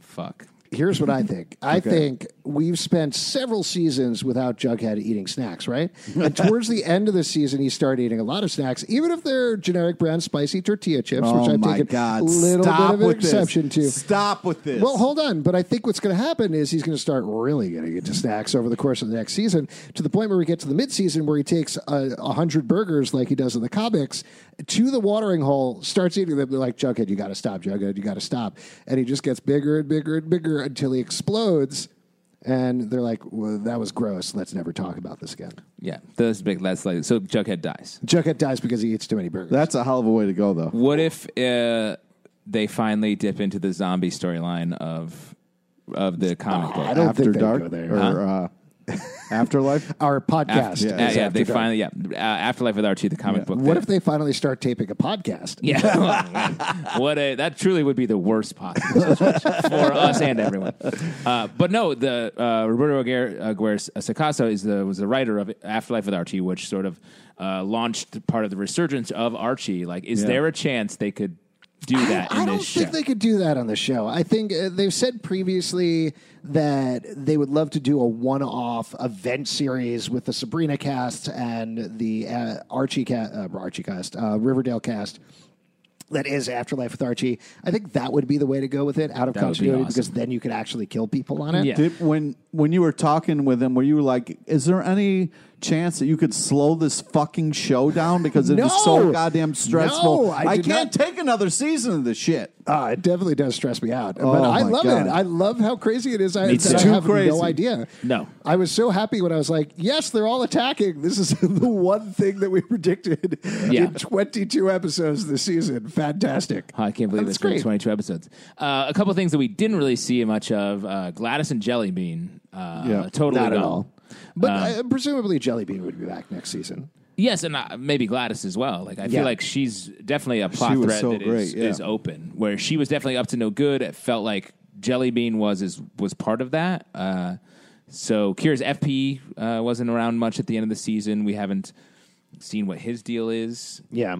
Speaker 2: fuck.
Speaker 4: Here's what I think. I think we've spent several seasons without Jughead eating snacks, right? and towards the end of the season, he started eating a lot of snacks, even if they're generic brand spicy tortilla chips,
Speaker 5: oh
Speaker 4: which I've
Speaker 5: my
Speaker 4: taken
Speaker 5: God!
Speaker 4: a little
Speaker 5: Stop
Speaker 4: bit of an
Speaker 5: with this.
Speaker 4: exception to.
Speaker 5: Stop with this.
Speaker 4: Well, hold on, but I think what's going to happen is he's going to start really getting into snacks over the course of the next season to the point where we get to the midseason where he takes a, a hundred burgers like he does in the comics to the watering hole, starts eating them. They're like, Jughead, you got to stop, Jughead, you got to stop. And he just gets bigger and bigger and bigger until he explodes. And they're like, well, that was gross. Let's never talk about this again.
Speaker 2: Yeah, that's big. That's like so. Jughead dies.
Speaker 4: Jughead dies because he eats too many burgers.
Speaker 5: That's a hell of a way to go, though.
Speaker 2: What if uh, they finally dip into the zombie storyline of of the comic book?
Speaker 4: Ah, I don't
Speaker 5: After
Speaker 4: think they
Speaker 5: Dark
Speaker 4: go there.
Speaker 5: or uh, Afterlife.
Speaker 4: Our podcast. is
Speaker 2: After- yeah, yeah,
Speaker 4: After
Speaker 2: they
Speaker 4: Dark.
Speaker 2: finally yeah. Uh, Afterlife with Archie, the comic book.
Speaker 4: What
Speaker 2: there.
Speaker 4: if they finally start taping a podcast?
Speaker 2: Yeah, Oh, what a that truly would be the worst possible situation for us and everyone. Uh, but no, the uh, Roberto Aguirre, Aguirre Sacasa is the was the writer of Afterlife with Archie, which sort of uh, launched part of the resurgence of Archie. Like, is there a chance they could do that?
Speaker 4: I
Speaker 2: in
Speaker 4: don't
Speaker 2: this
Speaker 4: think
Speaker 2: show?
Speaker 4: they could do that on the show. I think uh, they've said previously that they would love to do a one-off event series with the Sabrina cast and the uh, Archie cast, uh, Archie cast, uh, Riverdale cast. That is Afterlife with Archie. I think that would be the way to go with it, out of
Speaker 2: That would be
Speaker 4: continuity,
Speaker 2: awesome.
Speaker 4: because then you could actually kill people on it.
Speaker 2: Yeah.
Speaker 5: Did, when when you were talking with him, were you like, is there any chance that you could slow this fucking show down because it is
Speaker 4: No.
Speaker 5: so goddamn stressful?
Speaker 4: No, I did
Speaker 5: can't take another season of this shit.
Speaker 4: Uh, it definitely does stress me out, but I
Speaker 5: Oh my
Speaker 4: love
Speaker 5: God.
Speaker 4: it. I love how crazy it is. I,
Speaker 2: It's
Speaker 4: that I
Speaker 5: too
Speaker 4: have
Speaker 5: crazy.
Speaker 4: no idea.
Speaker 2: No.
Speaker 4: I was so happy when I was like, "Yes, they're all attacking." This is the one thing that we predicted
Speaker 2: Yeah.
Speaker 4: in 22 episodes this season. Fantastic!
Speaker 2: Oh, I can't believe
Speaker 4: That's
Speaker 2: it's been
Speaker 4: great.
Speaker 2: 22 episodes. Uh, a couple things that we didn't really see much of uh, Gladys and Jellybean. Uh,
Speaker 5: Yeah,
Speaker 2: totally
Speaker 4: Not at
Speaker 2: gone.
Speaker 4: all. But uh, presumably, Jellybean would be back next season.
Speaker 2: Yes, and uh, maybe Gladys as well. Like I
Speaker 4: Yeah.
Speaker 2: feel like she's definitely a plot
Speaker 5: She was
Speaker 2: thread
Speaker 5: so
Speaker 2: that is
Speaker 5: great, yeah.
Speaker 2: is open. Where she was definitely up to no good. It felt like Jellybean was is was part of that. Uh, so Kira's FP uh, wasn't around much at the end of the season. We haven't seen what his deal is.
Speaker 4: Yeah.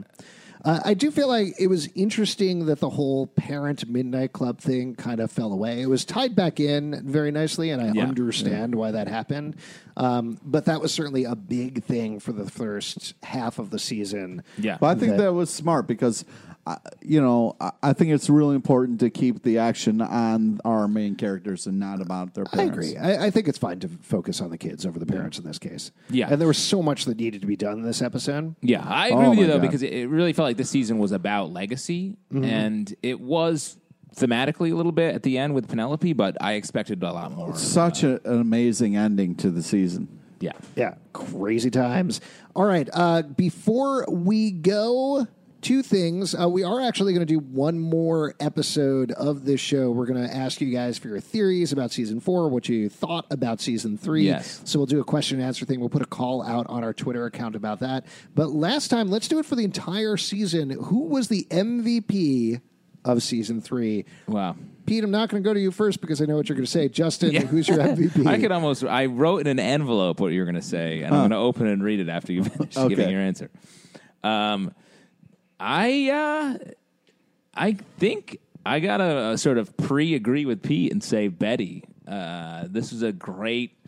Speaker 4: Uh, I do feel like it was interesting that the whole parent midnight club thing kind of fell away. It was tied back in very nicely, and I
Speaker 2: Yeah.
Speaker 4: understand why that happened. Um, but that was certainly a big thing for the first half of the season.
Speaker 2: Yeah,
Speaker 5: But I think that was smart because, uh, you know, I, I think it's really important to keep the action on our main characters and not about their
Speaker 4: I
Speaker 5: parents.
Speaker 4: agree. I, I think it's fine to focus on the kids over the parents in this case.
Speaker 2: Yeah.
Speaker 4: And there was so much that needed to be done in this episode.
Speaker 2: Yeah, I agree
Speaker 5: Oh
Speaker 2: with you
Speaker 5: my
Speaker 2: though
Speaker 5: God. Mm-hmm.
Speaker 2: because it, it really felt like this season was about legacy, and it was thematically a little bit at the end with Penelope, but I expected a lot more.
Speaker 5: Such a, an amazing ending to the season.
Speaker 2: Yeah,
Speaker 4: Yeah, crazy times. All right, uh, before we go, two things. Uh, we are actually going to do one more episode of this show. We're going to ask you guys for your theories about season four, what you thought about season three.
Speaker 2: Yes.
Speaker 4: So we'll do a question and answer thing. We'll put a call out on our Twitter account about that. But last time, let's do it for the entire season. Who was the MVP of season three?
Speaker 2: wow.
Speaker 4: Pete, I'm not going to go to you first because I know what you're going to say. Justin,
Speaker 2: Yeah.
Speaker 4: who's your MVP?
Speaker 2: I could almost. I wrote in an envelope what you were going to say, and I'm going to open it and read it after you finish giving
Speaker 5: Okay.
Speaker 2: your answer. Um, I uh, I think I gotta uh, sort of pre-agree with Pete and say Betty. Uh, this was a great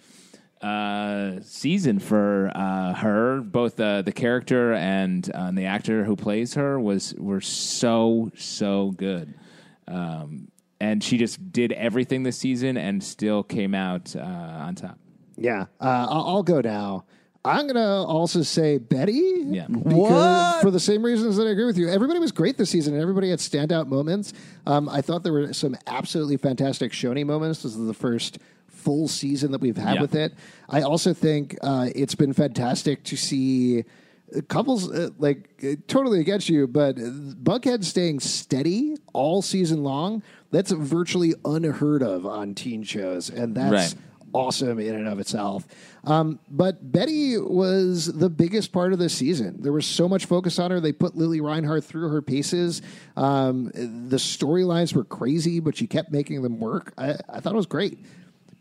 Speaker 2: uh, season for uh, her. Both uh, the character and uh, the actor who plays her was were so so good, um, and she just did everything this season and still came out uh, on top.
Speaker 4: Yeah, uh, I'll, I'll go now. I'm gonna also say Betty.
Speaker 2: Yeah.
Speaker 4: because- For the same reasons that I agree with you. Everybody was great this season, and everybody had standout moments. Um, I thought there were some absolutely fantastic Shoney moments. This is the first full season that we've had
Speaker 2: Yeah.
Speaker 4: with it. I also think uh, it's been fantastic to see couples uh, like uh, totally against you, but Buckhead staying steady all season long. That's virtually unheard of on teen shows, and that's
Speaker 2: Right.
Speaker 4: awesome in and of itself. Um, but Betty was the biggest part of this season. There was so much focus on her. They put Lily Reinhardt through her paces. Um, the storylines were crazy, but she kept making them work. I, I thought it was great.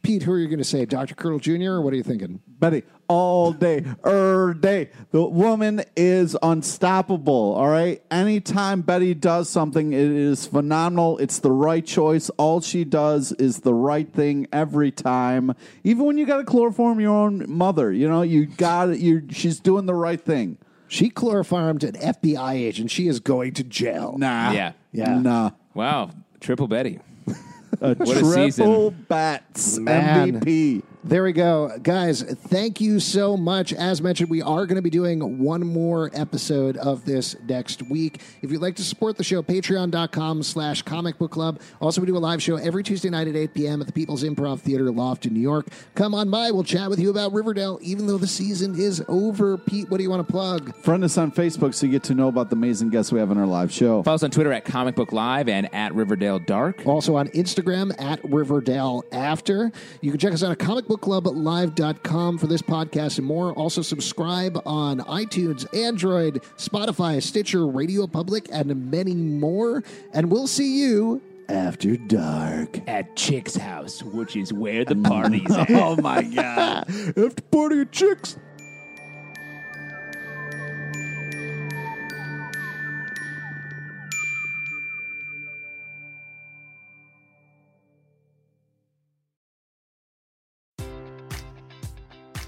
Speaker 4: Pete, who are you going to say, Dr. Curtle Jr., or what are you thinking?
Speaker 5: Betty, all day, er day. The woman is unstoppable. All right. Anytime Betty does something, it is phenomenal. It's the right choice. All she does is the right thing every time. Even when you got to chloroform your own mother, you know, you got it. You she's doing the right thing.
Speaker 4: She chloroformed an FBI agent. She is going to jail.
Speaker 5: Nah.
Speaker 2: Yeah.
Speaker 4: Yeah.
Speaker 5: Nah.
Speaker 2: Wow, triple Betty.
Speaker 5: A
Speaker 2: a
Speaker 5: triple
Speaker 2: season.
Speaker 5: bats
Speaker 4: Man.
Speaker 5: MVP.
Speaker 4: There we go. Guys, thank you so much. As mentioned, we are going to be doing one more episode of this next week. If you'd like to support the show, patreon.com slash comic book club. Also, we do a live show every Tuesday night at 8 p.m. at the People's Improv Theater Loft in New York. Come on by. We'll chat with you about Riverdale, even though the season is over. Pete, what do you want to plug?
Speaker 5: Friend us on Facebook so you get to know about the amazing guests we have in our live show.
Speaker 2: Follow us on Twitter at Comic Book Live and at Riverdale Dark.
Speaker 4: Also on Instagram at Riverdale After. You can check us out at comicbookclublive.com for this podcast and more. Also, subscribe on iTunes, Android, Spotify, Stitcher, Radio Public, and many more. And we'll see you after dark.
Speaker 2: At Chick's house, which is where the party's at.
Speaker 5: Oh my god.
Speaker 4: After party of chicks.